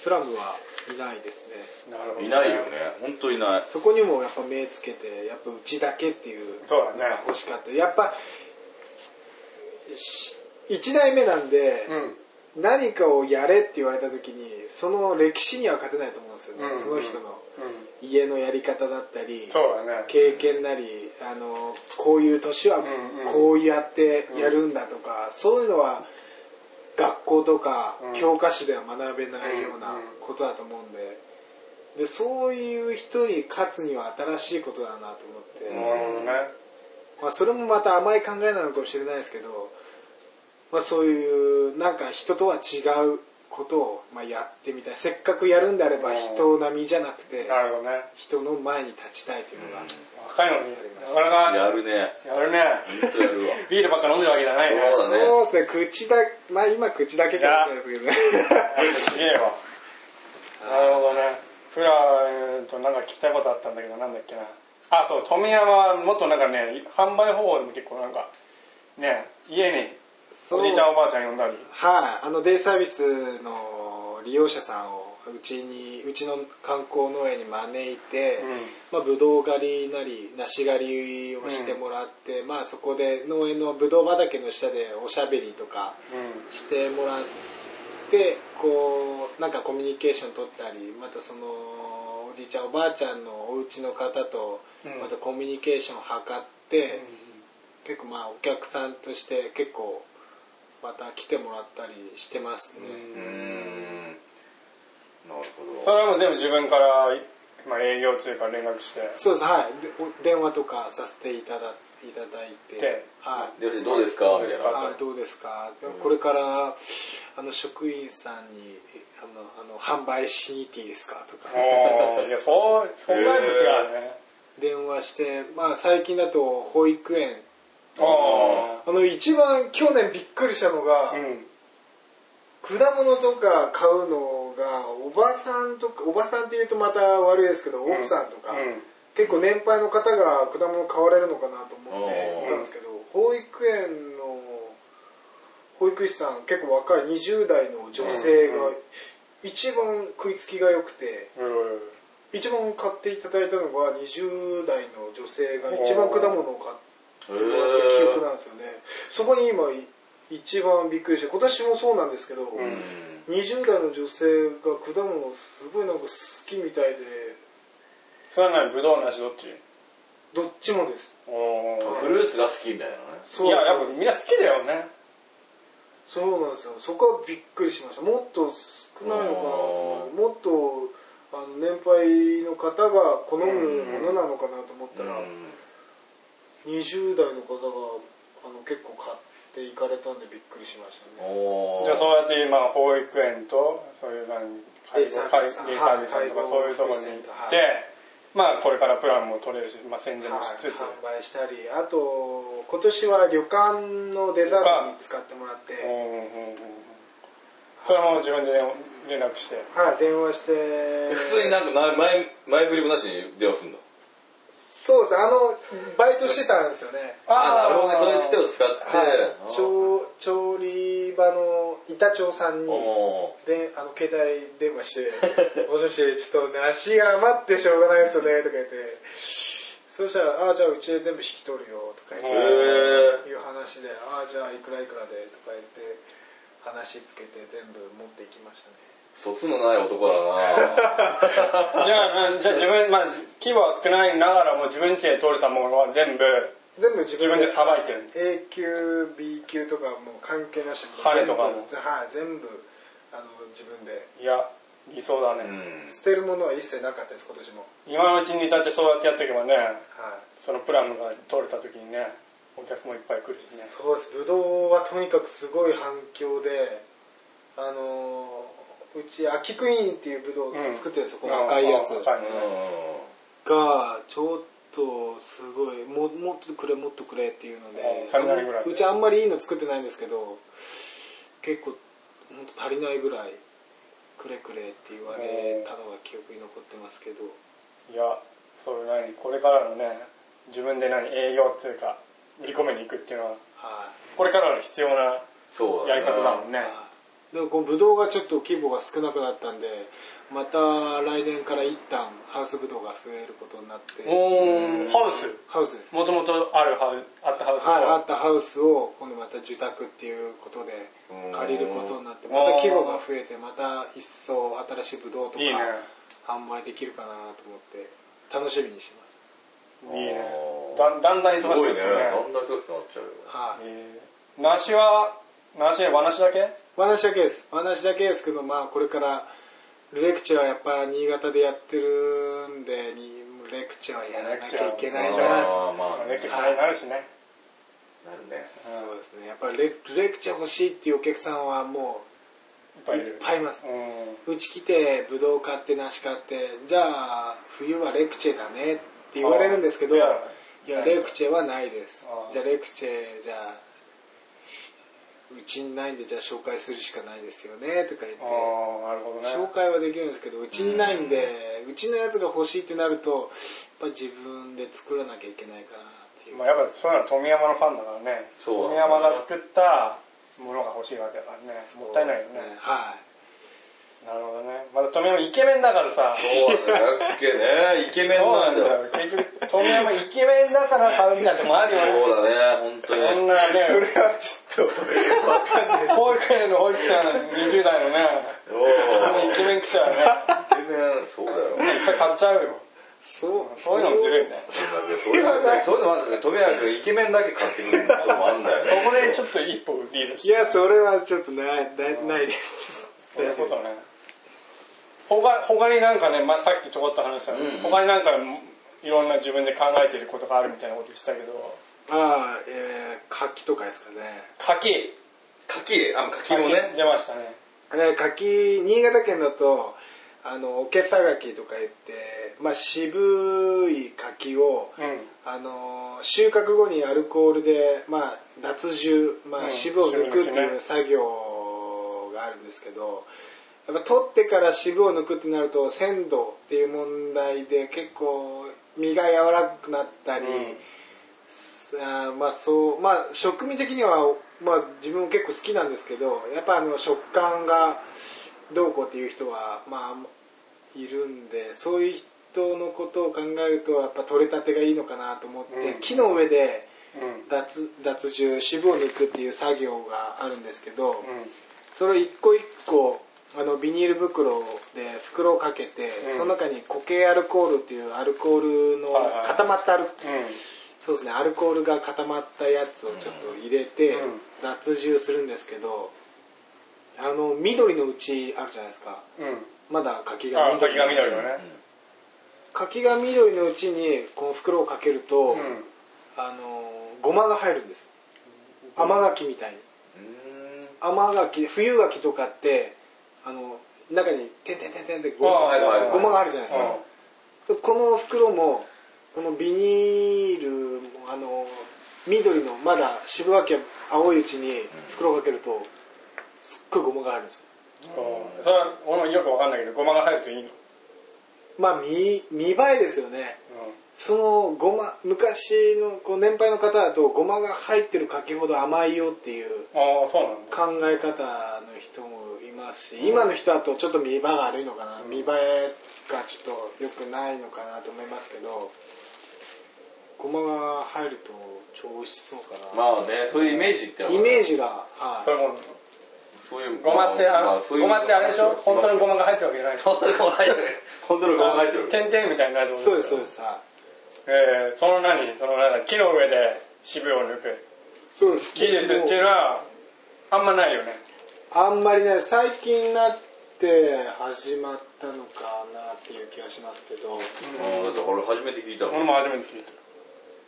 B: う
D: プラムはいないです
B: ん。
D: ね
B: なるほど。
C: いないよね。。ほんといない。
D: そこにもやっぱ目つけてやっぱうちだけっていう
B: そうだね。
D: 欲しかったやっぱ1代目なんで、
B: うん。
D: 何かをやれって言われた時にその歴史には勝てないと思うんですよね、
B: うん
D: その人の
B: う
D: 家のやり方だったり
B: ん。そうだね。
D: 経験なりあのこういう年は
B: んうん
D: こうやってやるんだとか、そういうのは学校とか
B: うん
D: 教科書では学べないよう
B: う
D: な
B: んうん
D: ことだと思うんででそういう人に勝つには新しいことだなと思っ
B: な
D: て。
B: るほどね。
D: まあ、それもまた甘い考えなのかもしれないですけど、まあ、そういうなんか人とは違うことをまあやってみたいせっかくやるんであれば
B: うん
D: 人並みじゃなくて
B: なるほどね。
D: 人の前に立ちたいというのが、
B: 若いのに、なかなか
C: やるね。
B: やるね。
C: ほんとやるわ。
B: ビールばっか飲んでるわけじゃないね。
C: そうだね
D: そうですね口だまあ今口だけかもしれないです
B: す
D: けどね
B: げえわ。なるほどね。プラ、えーと、なんか聞きたいことあったんだけど、なんだっけな。あ、そう、富山はもっとなんかね、販売方法でも結構なんか、ね、家に
D: そう
B: おじいちゃんおばあちゃん呼んだり。
D: はい、あのデイサービスの利用者さんをうちにうちの観光農園に招いて、
B: うん
D: まあ、ぶどう狩りなり梨狩りをしてもらって、まあ、そこで農園のぶどう畑の下でおしゃべりとか
B: うん。
D: してもらってこうなんかコミュニケーション取ったりまたそのおじいちゃんおばあちゃんのお家の方と
B: うん
D: またコミュニケーションを図って、結構まあお客さんとして結構また来てもらったりしてますね、
C: うーん。なるほ
B: そ
C: ど。
B: れはもう全部自分から、まあ営業というか連絡して。
D: そうですはいでお電話とかさせていただいただいて
B: で
D: はい
C: で、どうですかみたいな
D: あどうですか、これからあの職員さんにあのあの販売しに行っていいですかとか
B: おーいや、そう、そんなに違うね。
D: 電話して、まあ、最近だと保育園
B: お
D: あの一番去年びっくりしたのが、
B: ーうん。
D: 果物とか買うのがおばさんとかおばさんって言うとまた悪いですけど奥さんとか、
B: うん
D: 結構年配の方が果物買われるのかなと思って
C: うん
D: 見たんですけど保育園の保育士さん結構若い20代の女性が一番食いつきが良くて
B: うん。
D: 一番買っていただいたのが20代の女性が一番果物を買ってもらった記憶なんですよねそこに今い一番びっくりして今年もそうなんですけど、
C: うん
D: 20代の女性が果物をすごいなんか好きみたいで
B: それは何、ぶどうなしどっち
D: どっちもです
B: おー
C: フルーツが好きみたいなのね。
D: そう
B: いや、やっぱみんな好きだよね。
D: そうなんですよそこはびっくりしましたもっと少ないのかなと思ってもっとあの年配の方が好むものなのかなと思ったら、20代の方があの結構買っていかれたんでびっくりしましたね
C: おー
B: じゃあそうやって今保育園とそういう何
D: デイサービス
B: 介護介護デイサービスさんとかそう
D: はい
B: いうところに行って、
D: はい
B: まあこれからプランも取れるし、まあ、宣伝もしつつ、
D: 販売したりあと今年は旅館のデザートに使ってもらって、
B: うんうんうんそれも自分で連絡して
D: はい、電話して
C: 普通になんかな前前振りもなしに電話すんだ
D: そうですねあのバイトしてたんですよね
C: あなるほどねそういうつてを使って、
D: はい調調理場の板長さんに
C: おー
D: であの携帯電話して *laughs* 「もしもしちょっと梨が余ってしょうがないですよね」とか言ってそしたら「ああじゃあうちで全部引き取るよ」とか言
C: へ
D: っ
C: ー
D: ていう話で「ああじゃあいくらいくらで」とか言って話つけて全部持っていきましたね
C: 卒のない男だな
B: じゃあまあじゃあ自分、まあ、規模は少ないながらも自分家で取れたものは全部
D: 全部自
B: 自分
D: 分
B: でさばいてる
D: A 級 B 級とかもう関係なしで
B: 羽とかも
D: 全部はい全部あの自分で
B: いや理想だ *laughs*
C: う
B: ね、
C: ん
D: 捨てるものは一切なかったです今年も
B: 今のうちにだってそうやってやっとけばね
D: はい
B: そのプラムが取れた時にねお客もいっぱい来るしね
D: そうですぶどうはとにかくすごい反響であのーうち秋クイーンっていうぶどう
B: うん
D: 作ってるんですよ、この赤いやつ
B: 赤いのね
D: がちょっとすごいももっとくれもっとくれっていうので
B: うん足りないぐらいで
D: うちあんまりいいの作ってないんですけど結構本当足りないぐらいくれくれって言われたのが記憶に残ってますけど
B: いやそれ何これからのね自分で何営業っていうか売り込みに行くっていうのは
D: はい
B: これからの必要な
C: そうだ
B: や
C: ね
B: り方だもんね
D: でもこのブドウがちょっと規模が少なくなったんでまた来年から一旦ハウスブドウが増えることになって
B: おおハウス
D: ハウスですね
B: もともとあるハウあったハウス
D: はいあったハウスを今度また住宅っていうことで借りることになって
B: うん
D: また規模が増えてまた一層新しいブドウとか
B: いいね
D: 販売できるかなと思って楽しみにしてま
B: い
D: す
B: いね
C: おー
B: だんだんだん忙し
C: す
B: くなって
C: ごい
B: く
C: ね
B: る
C: だんだん忙しくなっちゃうよ
D: はい
B: えー梨は梨和梨だけ
D: 話だけです話だけですけどまあこれからレクチャーはやっぱ新潟でやってるんでにレクチャーはやらなきゃいけないな
C: あーまあ
B: レ
C: ね
B: クチャーになるしね
C: なるね
D: そうですねやっぱりレレクチャー欲しいっていうお客さんはも
B: いっぱ
D: う
B: いい
D: い
B: る
D: っぱいいます
B: うん
D: うち来てブドウ買って梨買ってじゃあ冬はレクチェだねって言われるんですけどい
B: あ
D: や
B: ーいや
D: レクチェはないです
B: あー
D: じゃあレクチェじゃあうちにないんでじゃあ紹介するしかないですよねとか言って
B: ああなるほどね
D: 紹介はできるんですけどうちにないんでうちのやつが欲しいってなるとやっぱ自分で作らなきゃいけないかなっていう
B: まあやっぱそういうのは富山のファンだからね
C: そうだ
B: 富
C: ね
B: 山が作ったものが欲しいわけだからねもったいないよね
D: はい
B: なるほどねまだ富山イケメンだからさ
C: *laughs* そうなんだっけねイケメン
B: そう
C: な
B: な
C: んん
B: だ
C: だ
B: よ
C: よ
B: 結局富山イケメンだから買うなんてもあるよね
C: そうだね本当
B: そん
C: に
B: なね *laughs*
D: はちょっとわかんない
B: 保育園の保育士さん20代のね
C: おー
B: イケメン来ちゃうよ
C: イケメンそうだよ
B: ねいっぱい買っちゃうよ
D: そう
B: そういうのもずるいね
C: そういうのそういうのもあるんだけど、富山君イケメンだけ買ってくることもあるんだよ
B: そ
C: ね。
B: こでちょっと一歩リードし
D: い
B: て
D: やそれはちょっとないないないです
B: そういうことね他他になんかね、まあ、さっきちょこっと話したの、
C: うんうん
B: 他になんかいろんな自分で考えてることがあるみたいなこと言ってたけど
D: ああえー、柿とかですかね
B: 柿
C: 柿、あ、柿もね。
B: 出ましたね
D: あれ柿新潟県だとあのおけさ柿とか言ってまあ渋い柿を、
B: うん
D: あの収穫後にアルコールで、まあ、脱汁、ま
B: うん
D: あ、渋を抜くっていう作業があるんですけど、やっぱ取ってから渋を抜くってなると鮮度っていう問題で結構身が柔らかくなったり、あーまあそうまあ食味的には、まあ、自分も結構好きなんですけどやっぱあの食感がどうこうっていう人はまああんまいるんでそういう人のことを考えるとやっぱ取れたてがいいのかなと思って、
B: うん
D: 木の上で
B: うん
D: 脱脱汁渋を抜くっていう作業があるんですけど、
B: うん
D: それを一個一個あのビニール袋で袋をかけて、
B: うん
D: その中に固形アルコールっていうアルコールの
B: はいはい
D: 固まったア
B: う
D: ル
B: ん
D: そうですねアルコールが固まったやつをちょっと入れて
B: うん
D: 脱汁するんですけどあの緑のうちあるじゃないですか
B: う
D: まだ柿
B: ん
D: が
B: あ
D: 緑
B: 柿が緑だね
D: 柿が緑のうちにこの袋をかけると、
B: うん
D: あのごまが入るんですよ甘柿みたいに甘柿冬柿とかってあの中にてんてんてんてんってご
B: あ
D: ま
B: はいはいはい
D: ごまがあるじゃないですか、
B: うん
D: この袋もこのビニールもあの緑のまだ渋分け青いうちに袋をかけるとすっごいゴマがあるんですよ
B: こうそれは俺もよくわかんないけどごまが入るといいの、
D: まあ見見栄えですよねそのごま昔のこう年配の方だとごまが入ってる柿ほど甘いよっていう
B: ああそうなんだ
D: 考え方の人もいますし今の人だとちょっと見栄えが悪いのかな見栄えがちょっと良くないのかなと思いますけどごまが入ると超美味しそうかな、
C: まあね、そういうイメージって
D: イメー
C: ジ
D: ジが、は
B: それも
C: そういう
B: ごまってあ
C: ま
B: の、
C: そういう
B: ごまってあれでしょ本当にごまが入ってるわけじゃないでしょ
C: 本当にごま入ってる *laughs* 本当にごま入ってる
B: 点々みたいになる
D: い、
B: と思
D: そうですそうですす、はい、
B: えー、その何その何木の上で渋を抜く
D: そうです
B: 技術っていうのはあんまないよね
D: あんまりね最近になって始まったのかなっていう気がしますけど
C: うんだって俺初めて聞いたもん
B: 俺も初めて聞いた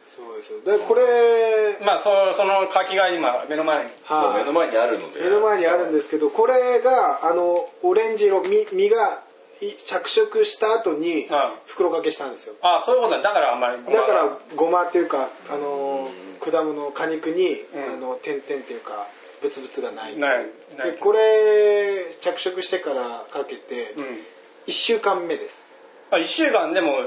D: そうですよでこれ
B: まあそその柿が今目の前に
C: そう
D: はい
C: 目の前にあるので
D: 目の前にあるんですけどこれがあのオレンジ色み実がい着色した後に
B: はい
D: 袋掛けしたんですよ
B: ああそういうことだだからあんまりご
D: だ
B: ま
D: か
B: が
D: らごまっていうかあの果物果肉に
B: うん
D: あの点々っていうかブツブツがないで
B: ないない
D: これ着色してからかけて
B: うん
D: 1週間目です
B: あ1週間でも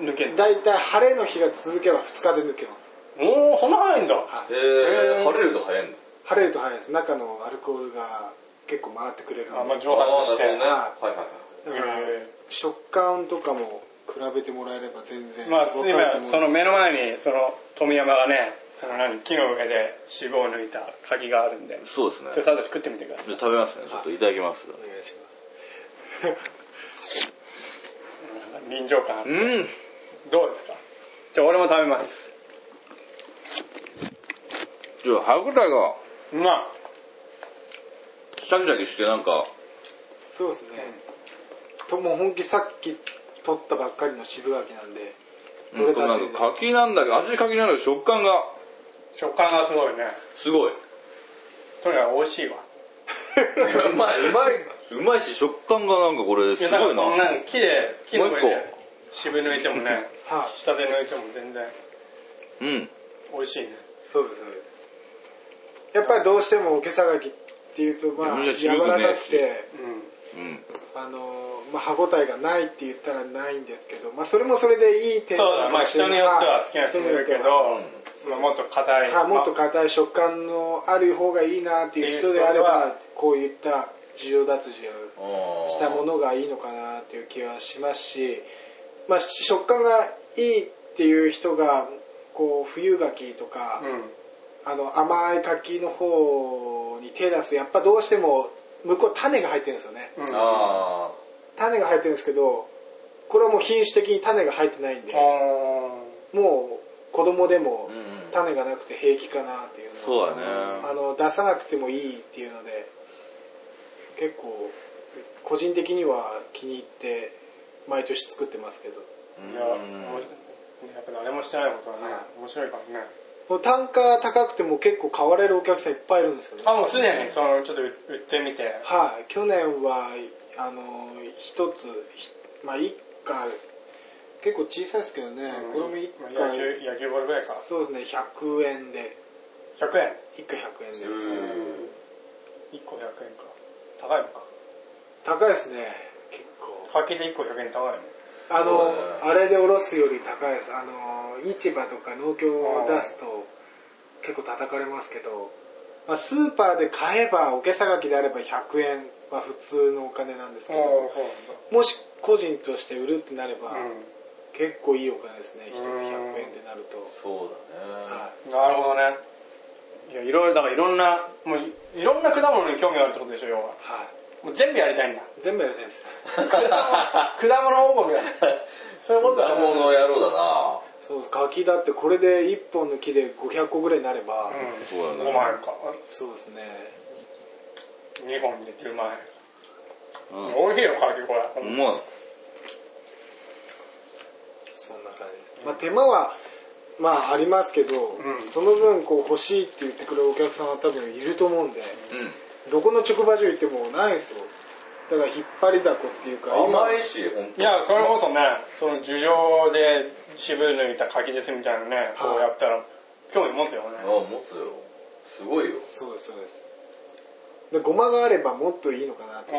B: 抜ける
D: だいたい晴れの日が続けば2日で抜けます
B: おおそんな早いんだ
C: えー
B: へー
C: 晴れると早いんだ
D: 晴れると早いです中のアルコールが結構回ってくれるんで
B: あんま蒸
C: ああ
B: 発
C: ーな
B: して
C: るほどね
D: はい
C: はいはいはい
D: だから
B: へ
D: 食感とかも比べてもらえれば全然
B: まあ
D: わかると思うんです
B: 今その目の前にその富山がねその何木の上で脂肪を抜いた柿があるんで
C: そうですね
B: ちょっと後で食ってみてください
C: 食べますねちょっといただきます
D: お願いしま
B: 臨場感
C: うん
B: どうですかじゃあ俺も食べます
C: ちょっと歯応えが
B: うま
C: シャキシャキしてなんか
D: すそうですね、ともう本気さっき取ったばっかりの渋柿なんで取
C: な
D: れ
C: ん
D: たて
C: か
D: で
C: なんか柿なん
D: *laughs*
C: だけど味柿なんだけど食感が
B: い食感がすごいね
C: すごい
B: とにかく美味しいわ
C: うまいうまいうまいし食感がなんかこれ
B: い
C: す
B: やだか
C: ご
B: ら
C: い
B: そん
C: な
B: な木で木の上
C: もう
B: で渋抜いても *laughs* ね
D: はい
B: 下で抜いても全然
C: うん
B: 美味しいね
D: そうですそうですやっぱりどうしてもおけさ柿っていうとまあ
C: いや
D: 柔
C: 渋くね
D: らかくて
B: うん
C: うん
D: あのまあ歯応えがないって言ったらないんですけどまあそれもそれでいい
B: そ
D: 点
B: う
D: な
B: だ
D: の
B: ま
D: か
B: あ
D: もしれ
B: 人
D: な
B: に
D: い
B: よっては好きな人もいるけど
D: はい
B: まあもっと硬い
D: はい、もっと
B: ま
D: 硬い食感のある方がいいなっていう人であればこういった需要脱需したものがいいのかなっていう気はしますし、まあ、食感がいいっていう人がこう冬柿とか
B: あ、うん
D: あの甘い柿の方に手出すとやっぱどうしても向こう種が入ってるんですよね
B: うん
C: あ
D: 種が入ってるんですけどこれはもう品種的に種が入ってないんで
B: あ
D: もう子供でも
C: ーうん
D: 種がなくて平気かなっていうのは
C: そうだね
D: あの出さなくてもいいっていうので結構個人的には気に入って毎年作ってますけど
B: ーいや面白いやっぱ誰もしてないことはね面白いからね
D: もう単価高くても結構買われるお客さんいっぱいいるんですよね
B: あもうすでにそのちょっと売ってみて
D: はい、去年はあの一つひまあ一家結構小さいですけどね、これも一
B: まあ
D: 家
B: 野球野球ボールぐらいか
D: そうですね100円で
B: 100円
D: 一家100円です、
C: うん
B: 1個100円か高いのか
D: 高いですね結構
B: 柿で1個100円高いの
D: あ
C: そうだ
D: の、
C: ね
D: あれでおろすより高いです。あの、市場とか農協を出すと結構叩かれますけど、まあ、スーパーで買えば、おけさがきであれば100円は普通のお金なんですけど、もし個人として売るってなれば、
B: う
D: 結構いいお金ですね。一つ
B: うん
D: 100円ってなると。
C: そう
D: は。
C: だ
B: んなるほどねいやいろいろだからいろんなもういろんな果物に興味があるってことでしょ要はい
D: はい。
B: もう全部やりたいん *laughs* だ
D: 全部やりたいです。
B: 果物王国だそういうことだ
C: ね
B: ね
C: もの野郎だな
D: そうです。柿だってこれで1本の木で500個ぐらいになれば、
B: うん
C: そうだね
B: 5万円か
D: そうですね。
B: 2本で10万円
C: うん
B: 美味しいよ柿これ
C: うまい
D: そんな感じです、まあ、手間はまあありますけ
B: ん
D: ど、その分こう欲しいって言ってくれるお客さんは多分いると思うんで
C: うん
D: どこの直売所行ってもないんですよだから引っ張りだこっていうか
C: 甘いし、ほん
B: いや、それこそね、その樹上で渋抜いた柿ですみたいなね、こうやったら、興味持つよ
C: と。
B: ね。
C: あ、持つよ。すごいよ。
D: そうですそうですでごまがあればもっといいのかなと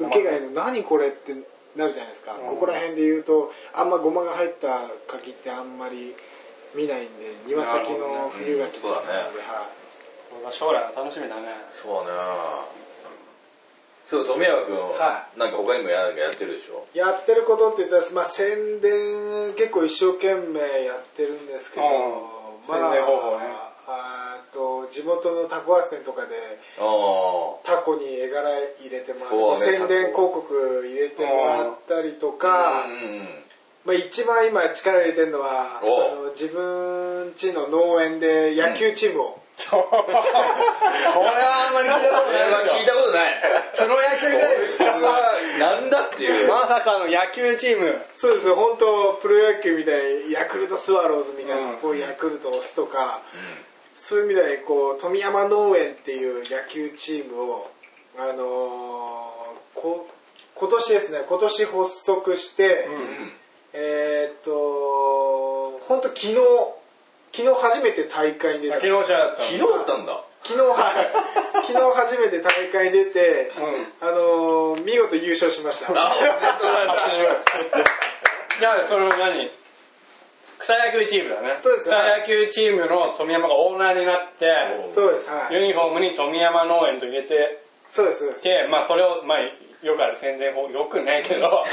B: うん
D: 受けがいいの何これってなるじゃないですか、ここら辺で言うとあんまごまが入った柿ってあんまり見ないんで庭先の冬柿でしかないんで、はい
B: 将来が楽しみだね。
C: そうだね。そう、富山くん、
D: は
C: なんか他にもやなんかやってるでしょ。
D: やってることって言ったら、まあ、宣伝結構一生懸命やってるんですけど、
B: うん
D: ま
B: 宣
D: あ
B: 伝方法ね
D: あーと地元のタコ発店とかで
C: ああ。
D: タコに絵柄入れてもらっ
C: そ
D: て、
C: うね
D: 宣伝広告入れてもらったりとか、
C: うんうん。
D: まあ、一番今力入れてるのはあ
C: お
D: の自分家の農園で野球チームを、
B: これはあんまり聞いたこ
C: そ
B: と
C: れは
B: ない
C: 聞いたことない。
B: プロ野球
C: これ
B: で、
C: はなんだっていう。
B: まさかの野球チーム。
D: そうです本当プロ野球みたいにヤクルトスワローズみたいな、
B: うん
D: こうヤクルトを押すとか。そういう意味ではこう富山農園っていう野球チームを、あのーこ今年ですね今年発足して、えーっと本当昨日昨日初めて大会に出た
B: 昨日試合だった。
C: 昨日だったんだ。
D: 昨日はい *laughs* 昨日初めて大会に出て、あのー見事優勝しました
C: あ、
B: じゃあ、その何草野球チームだね。
D: そうです
B: 草野球チームの富山がオーナーになって、
D: そうですはい
B: ユニフォームに富山農園と入れて
D: そうですそうです
B: て、まあそれを、まあよくある宣伝法、よくないけ *laughs* ど、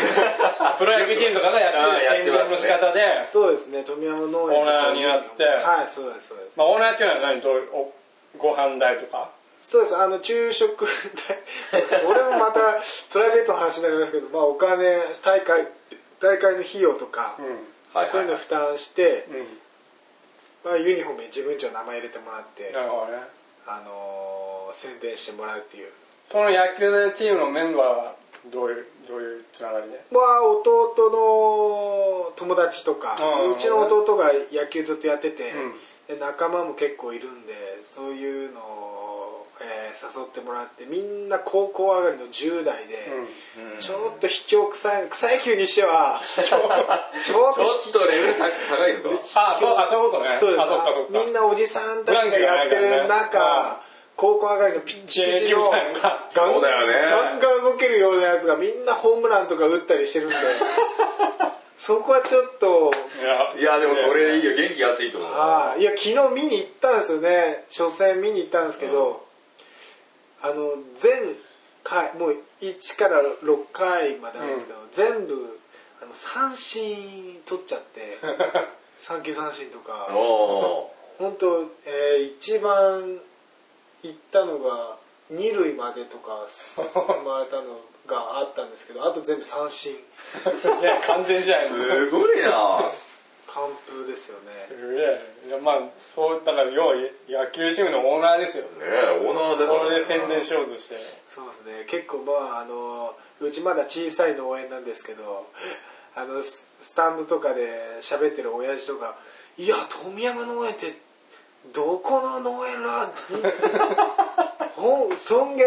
B: プロ野球チームとかがやってる宣伝の仕方で、
D: そうですね富山農園
B: オーナーになって
D: はいそうですそうです
B: まあオーナーっていうのは何どういうおご飯代とか
D: そうです、 *laughs* あの、昼食代、俺もまたプライベートの話になりますけど、まあお金、大会、大会の費用とか、
C: はい
D: そういうの負担して、
B: うん。
D: まあユニフォームに自分ちの名前入れてもらって、
B: なるほどね。
D: あのー宣伝してもらうっていう。
B: その野球チームのメンバーはどういう、どういうつながりで
D: まあ弟の友達とか
B: う、ん
D: うちの弟が野球ずっとやってて、
B: う
D: で仲間も結構いるんで、そういうのを、えー誘ってもらって、みんな高校上がりの10代で、
C: うん
D: ちょっと卑怯臭い、草野球にして
C: *laughs*
D: は、ちょっ
C: ちょっとレベル高高いのか。
B: あ、そう、あ、そういうことね。
D: そうで
B: あ、そっかそっ
D: す。
B: か。
D: みんなおじさんたちがやってる
B: ブランクがないからね
D: 中、高校上がりのピッチピチ
B: JG み
D: の、
B: た
D: ガ
B: い
D: ン
B: な
C: そうだよね
D: ガンガン動けるようなやつがみんなホームランとか打ったりし
B: *laughs*
D: てるんで、そこはちょっと、
C: いや、でもそれいいよ。元気があっていいと思う。
D: あーいや、昨日見に行ったんですよね。初戦見に行ったんですけど、あの、全回、もう1から6回までなんですけど、全部、あの、三振取っちゃって、三球三振とか、
C: お
D: 本当えー一番行ったのが、二塁までとか、進まれたのがあったんですけど、あと全部三振、
B: *laughs* いや、完全試合
C: ー
B: の。
C: すごいな
D: 完封ですよね。
B: すげえいや、まあ、そう、だから、要は野球チームのオーナーですよ。
C: ねえ、オーナーだか
B: こ
C: らね
B: れで宣伝しようと *laughs* して。
D: そうですね結構まああのうちまだ小さい農園なんですけどあのススタンドとかで喋ってる親父とか「いや富山農園ってどこの農園なんほんそんげ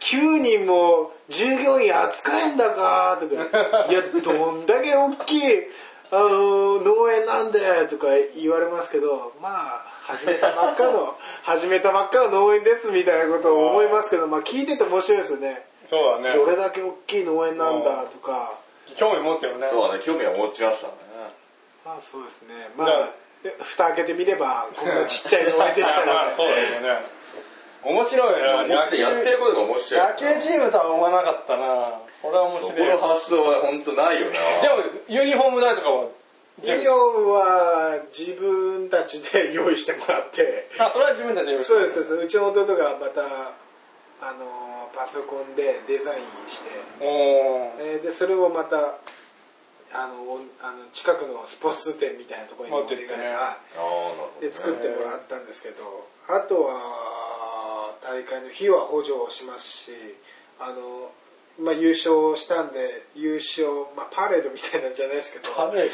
D: 9人も従業員扱えんだか」とか「いやどんだけ大きいあの農園なんだよ」とか言われますけどまあ始めたばっかの始めたばっかの農園ですみたいなことを思いますけどまあ聞いてて面白いですよね
B: そうだ
D: ど
B: ね。
D: れだけ大きい農園なんだとか
B: 興味持つよね。
C: そうだね、興味を持ちましたね。
D: まあそうですねまあ蓋開けてみればこんなちっちゃい農園でした
C: *laughs*
D: ね
B: ま *laughs* あ、そうだよね。面白いね。
C: もしでやってることが面白い。
B: 野球チームとは思わなかったな。それは面
C: そこ
B: 白い
C: の。発想は本当ないよな
B: でも、ユニフォーム代とかは、
D: 授業は自分たちで用意してもらって
B: あ、それは自分たちで。
D: そうですそうですうちの弟がまたあのパソコンでデザインして
B: おー。
D: えーでそれをまたあのおあの近くのスポーツ店みたいなところに持ってい
B: 持
D: かれ
B: ってって
C: あ
B: ね
C: ーなるほどね
D: で作ってもらったんですけどあとは大会の日は補助をしますしあの、まあ、優勝したんで優勝、まあ、パレードみたいなんじゃないですけど
B: パレード。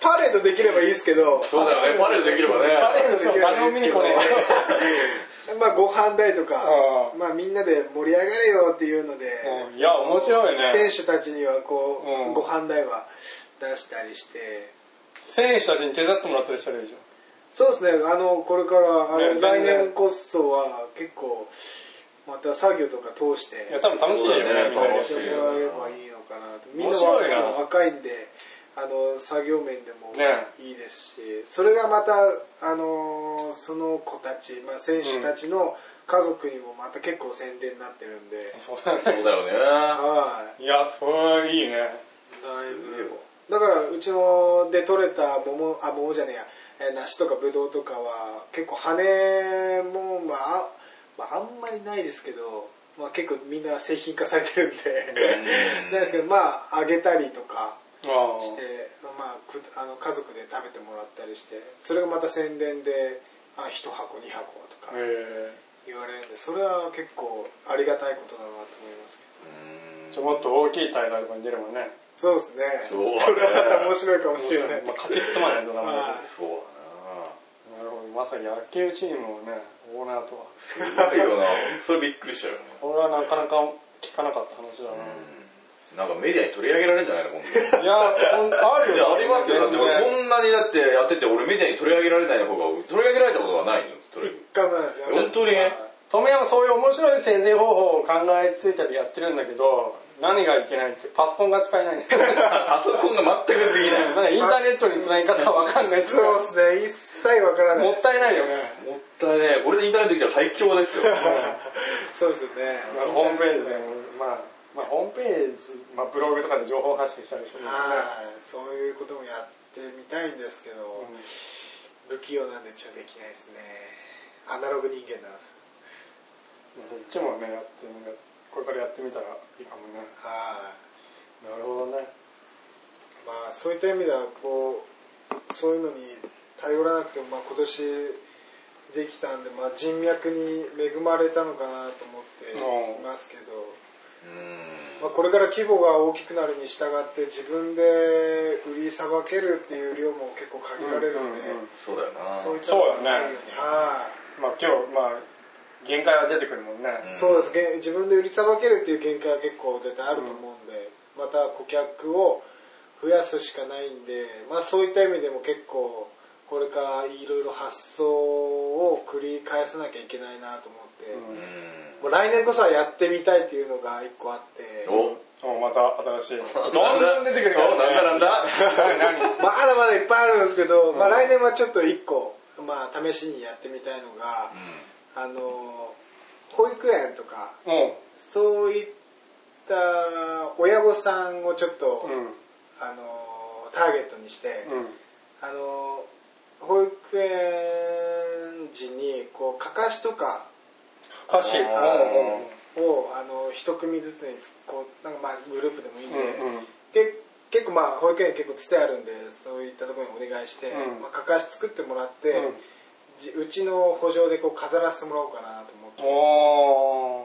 D: パレードできればいいですけど
C: そうだよね、パレードできればね。
B: パレード、そう、
D: パレード
B: 誰も見に来ね
D: まああご飯代とか
B: あ、
D: まあみんなで盛り上がれよっていうので、
B: *laughs* うんいや面白いね
D: 選手たちにはこ
B: うん
D: う、ご飯代は出したりして、
B: 選手たちに手伝ってもらったりしたらいいじゃん
D: そうですね、あの、これから、あの、
B: ね全然
D: 来年こそは結構、また作業とか通して、
B: いや多分楽しいよね
C: そうだね
B: みんなね
C: 楽し
D: や
C: い
D: ってもらえればいいのかなと。みん
B: 面
D: な
B: 白いな
D: は若いんで、あの、作業面でも
B: ね
D: いいですし、それがまた、あの、その子たち、まあ、選手たちの家族にもまた結構宣伝になってるんで、
B: そうだね
C: そうだよね。
D: はい。
B: いやそれいいね
D: だいぶだからうちので採れた桃あ桃じゃねえやえー梨とかブドウとかは結構羽もまあ、まあ、あんまりないですけど、まあ、結構みんな製品化されてるんで
C: うん
D: なんですけどまあ揚げたりとか
B: ああ
D: して、まあ、くあの家族で食べてもらったりしてそれがまた宣伝であ1箱2箱とか
B: え
D: 言われるんでそれは結構ありがたいことだなと思いますけど
B: ー、ちょもっと大きい大会とかに出ればね
D: そうですね
C: そうだね
D: それはまた面白いかも
B: 面
D: し
B: 白
D: れないいで
B: ね、
D: す
B: まあ、勝ち進まないとダメだ
D: はい
C: そう
B: けどなるほどまさに野球チームをねオーナーとは
C: だな。すごいよな。それびっくりしたよね。
B: これはなかなか聞かなかった話だな、
C: なんかメディアに取り上げられるんじゃないの今度。
B: いやほんある
C: いや
B: よ
C: ありますよ。だって俺
B: 全然
C: こんなにだってやってて俺メディアに取り上げられない方が、取り上げられたことがないの取り
D: 一回もないですよ。
C: 本当に
D: はい
B: 富山そういう面白い宣伝方法を考えついたりやってるんだけど何がいけないってパソコンが使えないんですよ
C: あそこが全くでき
B: なん
C: ない。
B: かインターネットに繋ぎ方わかんないっつうの
D: そうですね、一切わからない。
B: もったいないよね
C: もったいねえ。これでインターネットできたら最強ですよ。
D: そうですよね。
B: まあ、ホームページでも、まあ、まあ、ホームページ、まあ、ブログとかで情報発信したりしてるんです
D: はい、そういうこともやってみたいんですけど、不器用なんでちょっとできないですね。アナログ人間なんです。
B: けど、そっちもね、やってみるこれからやってみたらいいかもね。
D: はい。
B: なるほどね。
D: まあそういった意味ではこうそういうのに頼らなくても、まあ、今年できたんで、まあ、人脈に恵まれたのかなと思っていますけど、まあ、これから規模が大きくなるに従って自分で売りさばけるっていう量も結構限られるので、
B: うんうんうん
C: そうだよな。
D: そういったの
B: そ
D: が
B: うだね
D: はい
B: まあ、今日、まあ、限界は出てくるもんね。
C: うん
D: そうですげ自分で売りさばけるっていう限界は結構絶対あると思うんで、また顧客を増やすしかないんで、まあ、そういった意味でも結構これからいろいろ発想を繰り返さなきゃいけないなと思って、
B: うん
C: うん
D: もう来年こそはやってみたいっていうのが一個あって
C: お
B: おまた新しい。どんどん出てくるから、
C: おなんだなんだ
B: 何何
D: まだまだいっぱいあるんですけど、まあ、来年はちょっと一個、まあ、試しにやってみたいのが、あの保育園とか
B: うん。
D: そういった親御さんをちょっ
B: う
D: と、
B: ん。
D: あのターゲットにして、
B: うん。
D: あの保育園児にこうかかしとか
B: 歌詞。うんうん
D: をあの一組ずつにつこうなんかまあグループでもいいんで、
B: うんうん。
D: け結構まあ保育園結構つてあるんでそういったところにお願いして、
B: うん
D: まあ、かかし作ってもらって、
B: うん
D: じうちの補助でこう飾らせてもらおうかなと思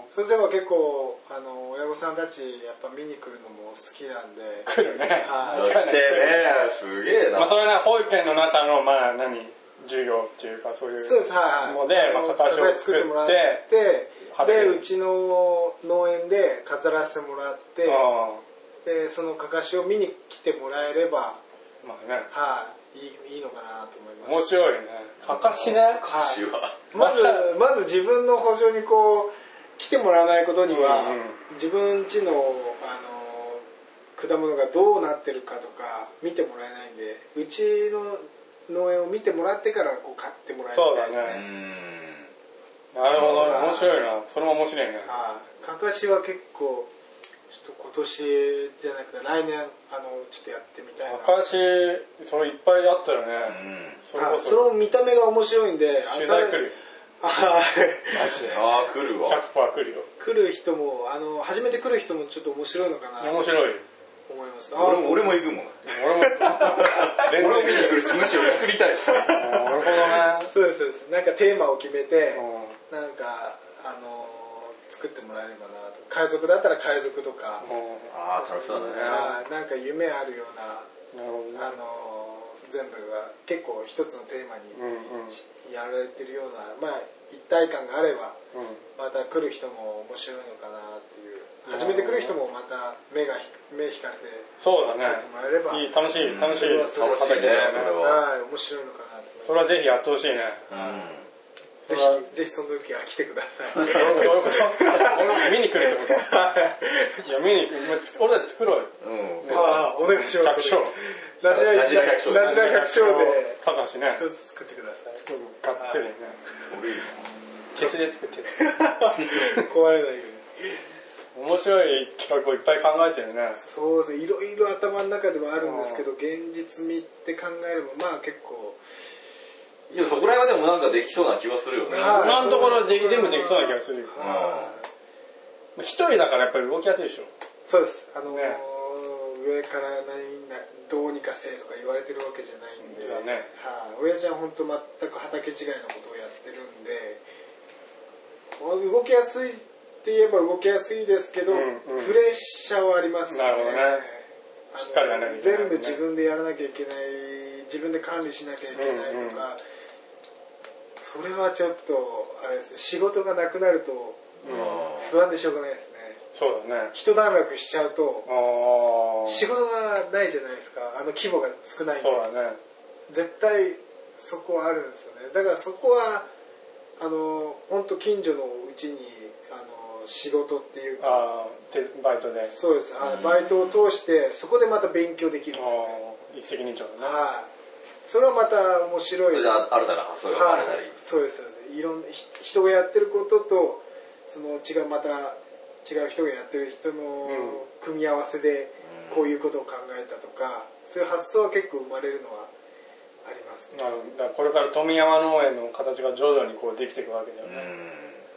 D: っ
B: おー。
D: て。そうすれば結構あの親御さんたちやっぱ見に来るのも好きなんで、
B: 来るね。
D: は
C: 来てねすげえな。
B: まあ、それはね、保育園の中の、まあ、何、授業っていうか、そういう。
D: そうです、はいはい。
B: のでまあ
D: かか
B: 形を
D: し作ってもらっ
B: 作
D: て、
B: 畑
D: で、
B: に
D: うちの農園で飾らせてもらって、
B: あ
D: で、そのかかしを見に来てもらえれば、
B: あまあね、
D: はい、いいいいのかなと思いま
B: 面白いね。かかしね。
C: 歌詞は。
D: す。まず、まず自分の補助にこう、来てもらわないことには、
B: うんうん
D: 自分ちの、あの、果物がどうなってるかとか見てもらえないんで、うちの農園を見てもらってからこう買ってもらえ
B: そう
D: た
B: だ
D: いですね。
B: ね。
C: うん
B: なるほど、面白いな。それも面白いね。
D: ああ、かかしは結構、ちょっと今年じゃなくて来年、あの、ちょっとやってみたいな。
B: かかし、それいっぱいあったよ
C: う
B: ね。
C: ん
B: それ
D: あ
B: こ
D: そ
B: そ、
D: の見た目が面白いんで、
B: 取材来るよ。
D: あはい
B: マジで。
C: あー来るわ。
B: 100%来るよ。
D: 来る人も、あの、初めて来る人もちょっと面白いのかな
B: 面
D: と
B: 白い。
D: 思います。あ
C: 俺も俺も行くもん。
B: 俺も、
C: 俺
B: 全然
C: も見に来るし、むしろ作りたいし。
B: あーなるほどね。
D: そうです、そうです。なんかテーマを決めて、
B: うん
D: なんか、あの、作ってもらえればなと。海賊だったら海賊とか、
B: うん
C: ああ、楽しそうだね。
D: ああなんか夢あるような、
B: なるほどね
D: あの、全部が結構一つのテーマに
B: うんうん。
D: ややられてるような、まあ、一体感があれば
B: うん
D: また来る人も面白いのかなっていう初めて来る人もまた目がひ目引かれて
B: そうだ
D: やってもらえれば
B: ねいい楽しい楽しい
D: うんそれは
C: 楽しいねそれは
D: はい面白いのかなと
B: それはぜひやってほしいね
C: うん
D: ぜひぜひその時は来てくださ *laughs* い
B: どういうこと俺見に来るってこといや見に来る俺たち作ろうよ
C: うん
D: ああお願いします
B: 百姓
D: ラジラ
C: ラジラ百姓
D: ラジラ百姓で
B: たかしね
D: 一つ作ってください *laughs*
B: がっつりね
C: 俺いい
B: 鉄で作ってる
D: 壊れないように
B: 面白い企画をいっぱい考えてるね
D: そうですねいろいろ頭の中ではあるんですけど現実味って考えればまあ結構
C: ないやそこら辺はでもなんかできそうな気はするよね
D: はい
B: 今のところでき全部できそうな気がするよ
D: はい
B: 一人だからやっぱり動きやすいでしょ
D: そうですあのー
B: ね
D: 上から何々どうにかせえとか言われてるわけじゃないんで、
B: 本当だね
D: はい親父は本当全く畑違いのことをやってるんでこう動きやすいって言えば動きやすいですけど、
B: うんうん
D: プレッシャーはあります
B: なるほどね
D: あの
B: しっかりやらなきゃいけない
D: 全部自分でやらなきゃいけない自分で管理しなきゃいけないとか、それはちょっとあれですね仕事がなくなると不安でしょうがないですね
B: そうだね
D: 一段落しちゃうと
B: ああ
D: 仕事がないじゃないですかあの規模が少ないんで
B: そうだね
D: 絶対そこはあるんですよねだからそこはあの本当近所のうちにあの仕事っていうか
B: ああでバイトであ
D: そうですあバイトを通してそこでまた勉強できるんです
B: あ一
D: よね
B: 石二鳥だね
D: はいそれはまた面
C: そ
D: 白
C: れ
D: い
C: で新たな発想が生ま
D: は
C: れたり
D: い、そうですそうですいろんなひ人がやってることとその違うまた違う人がやってる人の組み合わせで
C: うん
D: こういうことを考えたとかそういう発想は結構生まれるのはありますね、
B: なるほどだからこれから富山農園の形が徐々にこうできていくわけだ
C: う
B: よね、
C: ん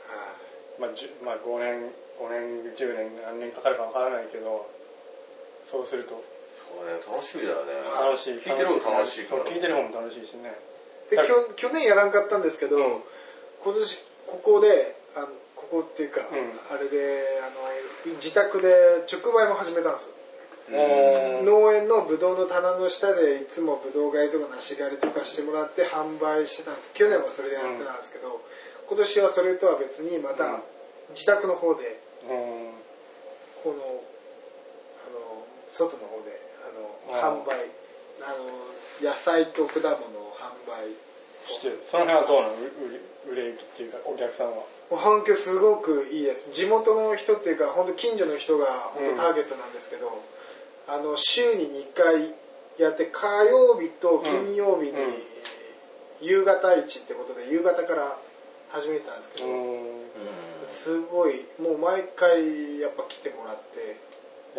D: は
B: まあ、じゅまあ5年5年10年何年かかるかわからないけどそうすると
C: そうね楽しみだよね
B: 楽しい
C: 聞いてる方楽しいか
B: そう
C: ら
B: 聞いてる方も楽しいしね
D: い、で
B: だ
D: きょ去年やらんかったんですけど、
B: うん
D: 今年ここであのここっていうか、
B: う
D: あれであの自宅で直売も始めたんですよ
B: おー
D: 農園のブドウの棚の下でいつもブドウ狩りとか梨狩りとかしてもらって販売してたんです去年はそれでやってたんですけど、今年はそれとは別にまた自宅の方で
B: うん
D: このあの外の方であ
B: あ
D: の販売あの野菜と果物を販売
B: してるその辺はどうなの売り売れ行きっていうかお客さんは
D: もう反響すごくいいです地元の人っていうか本当近所の人が本当ターゲットなんですけど、あの週に2回やって火曜日と金曜日に
B: うんうん
D: 夕方市ってことで夕方から始めたんですけ
B: う
D: ど、
B: ん
C: うん
D: すごいもう毎回やっぱ来てもらって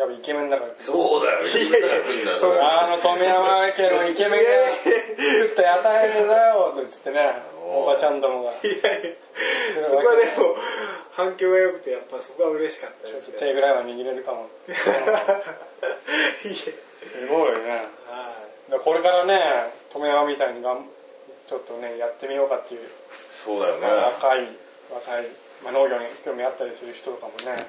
B: やっぱイケメンだから
C: そうだよいやいや
B: そうあの富山家のイケメンが作った野菜でだよって言ってねおばちゃんどもが
D: いやいや *laughs* そこはでも反響が良くてやっぱそこは嬉しかった
B: ちょっと
D: ですね
B: 手ぐらいは握れるかも
D: *laughs* いえ
B: すごいね
D: はい
B: だからこれからね富山みたいにがんちょっとねやってみようかっていう
C: そうだよね
B: 若い若い、まあ、農業に興味あったりする人とかもね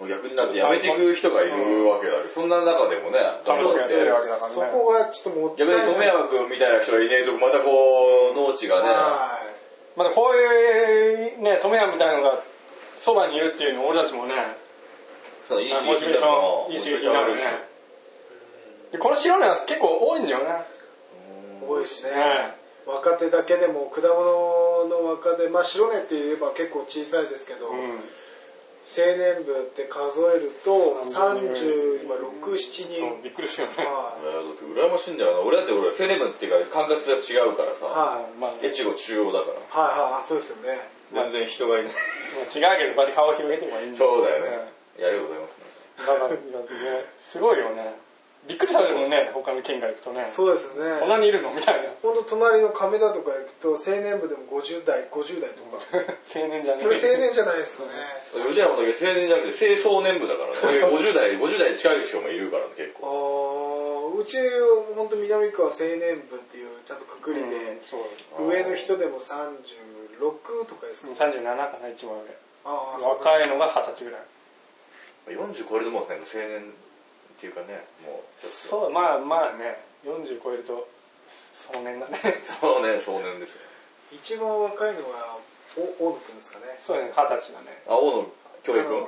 C: もう逆になってやめていく人がいるわけだけどそんな中でもね
B: 楽しくやってるわけだからね
D: そこがちょっともったい
C: 逆
D: ない
C: に富山君みたいな人がいねえとまたこう農地がね
D: はい
B: まだこういうね富山みたいなのがそばにいるっていうの俺たちもね
C: そのいい
B: モチベーションいい
C: 刺
B: 刺
C: 激
B: 激
C: に
B: に
C: な
B: な
C: る
B: る
C: し
B: ねでこの白のやつ結構多いんだよね
D: 多いですね、
B: ね
D: 若手だけでも果物の若手まあ白根って言えば結構小さいですけど、青年部って数えると
B: 30
D: 30今67人
B: そうびっくりするよね
C: い
D: は
C: やだって羨ましいんだよな俺だって俺セレブっていうか感覚が違うから
D: い
C: さ
D: は
B: まあ、まあ、違う
C: 越後中央だか
D: いはいはいあそうですよね
C: ら全然人がいない
B: けどこうやって顔を広げてもいいんだ
C: そうだよねいやありがとうございます
B: だからねすごいよねびっくりされるもんね他の県から行くとね
D: そうですよ
B: こん
D: ね
B: なにいるのみたいな
D: ほんと隣の亀田とか行くと青年部でも50代50代とか
B: 青年じゃね
D: それ青年じゃないですかね
C: うちらの時青年じゃなくて清掃年部だからね。そう *laughs* いう50代、50代近い人もいるからね、結
D: あ
C: 構。
D: ーうちほんと南区は青年部っていうちゃんとくくり
B: う
D: で、
B: んそう
D: 上の人でも36とかですか、
B: 37かな一番上
D: ああそう
B: 若いのが二十歳ぐらい
C: 40超えるともうなんか青年っていうかね、もう、ちょっ
B: そうまあまあね40超えると壮年だね *laughs*
C: と。そうね、少年ですよ。
D: 一番若いのはお大野くんですかね
B: そうですね、二十歳だね。
C: あ、大野教育
D: うんはい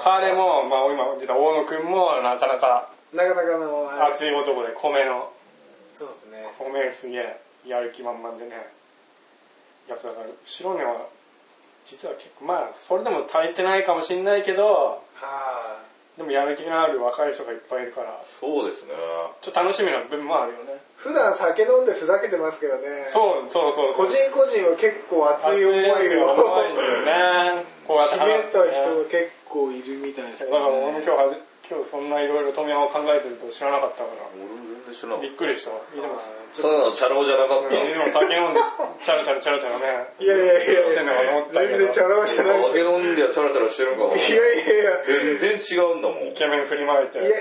B: 彼も、まあ今出た大野くんもなかなか
D: なかなかのあれ
B: 熱い男で米の、
D: そうですね
B: 米すげえやる気満々でね。やっぱだから、白根は、実は結構、まあそれでも足りてないかもしんないけど、
D: は
B: でもやる気のある若い人がいっぱいいるから、
C: そうですね。
B: ちょっと楽しみな部分もあるよね
D: い。普段酒飲んでふざけてますけどね
B: そうそうそうそ
D: 個
B: う。
D: 人個人は結構熱い思いを
B: 怖いんだよね。こうやって
D: 秘め
B: 話す
D: た
B: と
D: 人が
B: ね
D: 結構いるみたいです
B: だ
D: ね
B: から俺も今日はじ、今日そんないろいろ富山を考えてると知らなかったか
C: 俺も全然知らな
B: ら、
C: か
B: び
C: っ
B: っくりした。見てます。
C: た。ただの車両じゃなか *laughs* った。
B: でも酒飲んで、チャラチャラチャラチャラね。
D: いやいやいや
B: し
D: い
B: てんのかと思
D: や
B: ったけど
D: 全然チャラじゃない
C: 酒飲んでチャラチャラしてる *laughs* のかな
D: ですいやいやいや
C: 全然違うんだもん。
B: イケメン振りまい
D: いやい
B: て。
D: やいや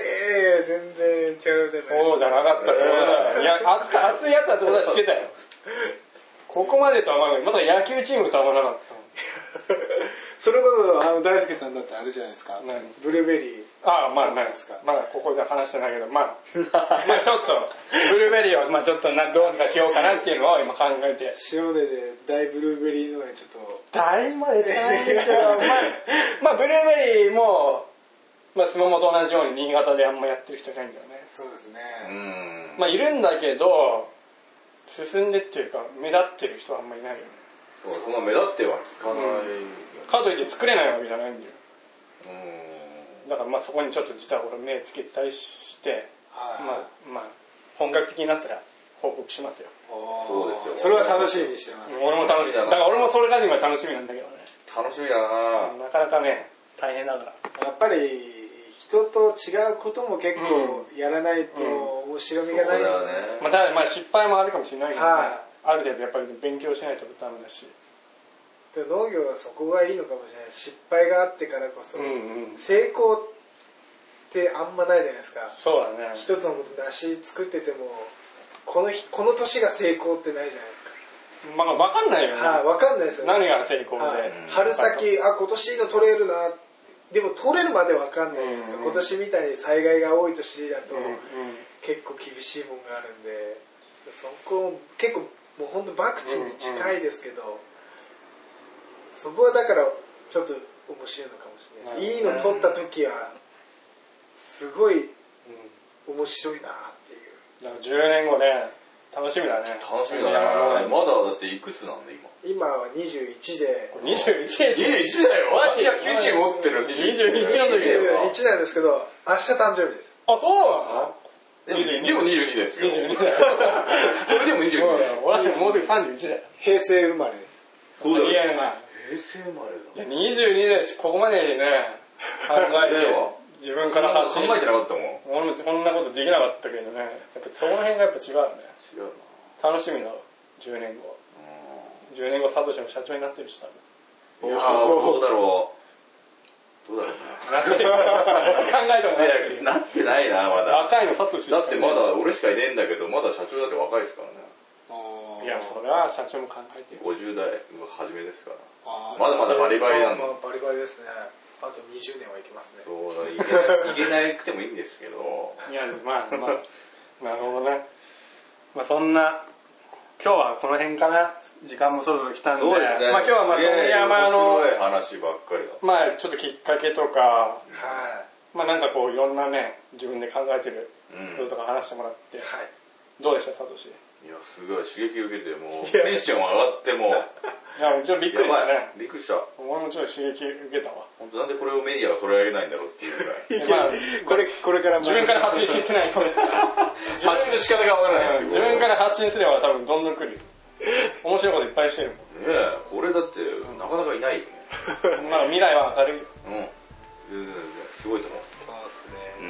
D: 全然チャラじゃない
B: そう
D: で
B: じゃなかったってことだよ。いや、熱か、熱いやつだってことは知ってたよ。ここまでとは思わない。まだ野球チームとは思わなかった。
D: す *laughs* それこそあの大輔さんだってあるじゃないですか
B: 何
D: ブルーベリー
B: ああ、まあないですか。まだここじゃ話してないけど、まあ、まあちょっと、ブルーベリーを、まあちょっとな、どうにかしようかなっていうのを今考えて。
D: 塩根で大ブルーベリー農園ちょっと
B: 大までないけど、まあ、まあ、ブルーベリーも、まあ、スモモと同じように新潟であんまやってる人いないんだよね。
D: そうですね
C: うん。
B: まあ、いるんだけど、進んでっていうか、目立ってる人はあんまいないよね。
C: そんな目立っては聞かない。
B: かといって作れないわけじゃないんだよ。
C: う
B: だからまあそこにちょっと実は俺目つけたりして、
D: はい
B: まあ、まあ、本格的になったら報告しますよ。
C: そうですよ
D: それは楽しみにしてます
B: 俺も楽しみ。だから俺もそれが今楽しみなんだけどね。
C: ん。楽しみだな
B: なかなかね、大変だから。
D: やっぱり人と違うことも結構やらないと面白みがない、
C: そうだよね
B: まあ、ただまあ失敗もあるかもしれないけど、ね
D: はい
B: ある程度やっぱり勉強しないとダメだし。
D: で農業はそこがいいのかもしれない失敗があってからこそ、
B: うんうん。
D: 成功ってあんまないじゃないですか
B: そうだね。
D: 一つのこと梨作っててもこの日この年が成功ってないじゃないです
B: まあ、わかんないよね。
D: か、はい、わかんないですよね
B: 何が成功で。
D: はい、春先あ今年の取れるなでも取れるまでわかんないんですよ、
B: うん
D: 今年みたいに災害が多い年だと
B: うんうん
D: 結構厳しいもんがあるんでそこ結構もう本当バクチに近いですけど、そこはだからちょっと面白いのかもしれない、いい
B: な
D: の取った時はすごい
B: うん
D: 面白いなっていう
B: だから10年後ね、楽しみだね。
C: 楽しみ
B: い
C: だ
B: や
C: な
B: も
C: ま
B: う
C: だだっていくつなんで今。
D: 今は21で
B: これ21年
C: いや、1だよ。
B: マジ
C: いや、九州持ってる。
B: 21の時
D: 21なんですけど明日誕生日です
B: あ、そう
C: でもでも22ですよ。
B: なの ?22 だよ。
C: *laughs* それでも22です
B: そうだ
C: よ
B: よ。俺はもうすぐ31だよ。
D: 平成生まれです
C: そうだよ
B: いや、まあ、
C: 平成生まれ
B: いや22だし、ここまでにね、考え
C: では
B: て、自分から
C: だ。
B: 発
C: 考
B: 信
C: え
B: してて
C: なかったもん。違
B: 俺もこんなことできなかったけどね、やっぱその辺がやっぱ違うね。
C: うな。
B: 楽しみだわ、10年後。10年後、サトシの社長になってるし、多分。
C: いやーどうだろう。どうだろう
B: なってる考えたもない
C: ね。いや、なってないな、まだ。
B: 若いのサトシしか
C: だってまだ俺しかいねえんだけど、まだ社長だって若いですからね。
B: いや、それは社長も考えてる。
C: 50代初めですから。
D: あー
C: まだまだバリバリなんだ
D: まあバリバリですねあと20年はいきますね
C: そうだ、いけないいけなくてもいいんですけど。
B: いや、まあまあ、なるほどね。まあそんな、今日はこの辺かな。時間もそろそろ来たんで。
C: そうですね。
B: まあ今日はまあ、
C: いやいや
B: 山の
C: 面白い、話ばっかりだ。
B: まあちょっときっかけとか、
D: は
B: まあなんかこういろんなね、自分で考えてることとか話してもらって
D: い、はい
C: *laughs*
B: どうでした、サトシ。い
C: いや、すごい刺激受けて、もう、テンション上がって、もう、
B: や、ちょっと *laughs* びっくりした
C: や
B: ね。
C: ばいびっくりした。
B: 俺もちょっと刺激受けた
C: *laughs*
B: わ。
C: 本当なんでこれをメディアが取り上げないんだろうっていうぐらい。
B: でまあ、
D: これこれから
B: 自分から発信し
C: *laughs*
B: てない。
C: 発信の仕方がわからないっていう
B: 自
C: こと
B: 分か
C: ね
B: ら発信すれば多分どんどん来るよ。面白いこといっぱいしてる
C: え、これだって、なかなかいないよね。
B: もん。まあ未来は明るいよ。
C: うん。全然全然、すごいと思う。
D: そう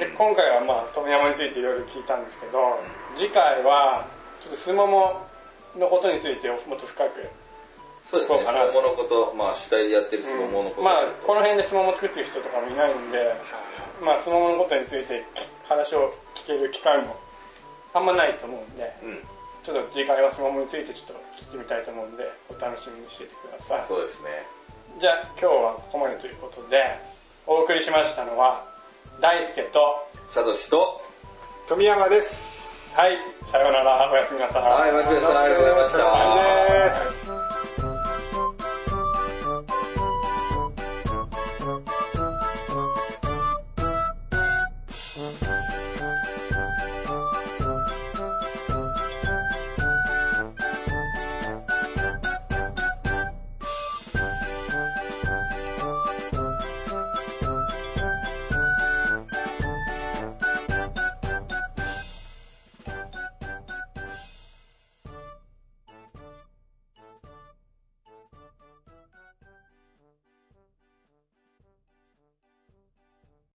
D: ですね
B: で今回はまあ富山についていろいろ聞いたんですけど、次回はちょっとスモモのことについてもっと深く、
C: そうです
B: そう
C: ね、
B: か
C: 相
B: な
C: 撲のこと、まあ主体でやってる相撲のこと。
B: まあこの辺でスモモ作ってる人とかもいないんで、まあスモモのことについて話を聞ける機会もあんまないと思うんで、
C: うん、
B: ちょっと次回はスモモについてちょっと聞いてみたいと思うんで、お楽しみにしててください。
C: そうですね。
B: じゃあ今日はここまでということで、お送りしましたのは、大輔と、
C: サトシと、
D: 富山です
B: はい、さようなら、おやすみなさい。
C: はい、おやすみなさいありがとうございました。
B: お疲れ様です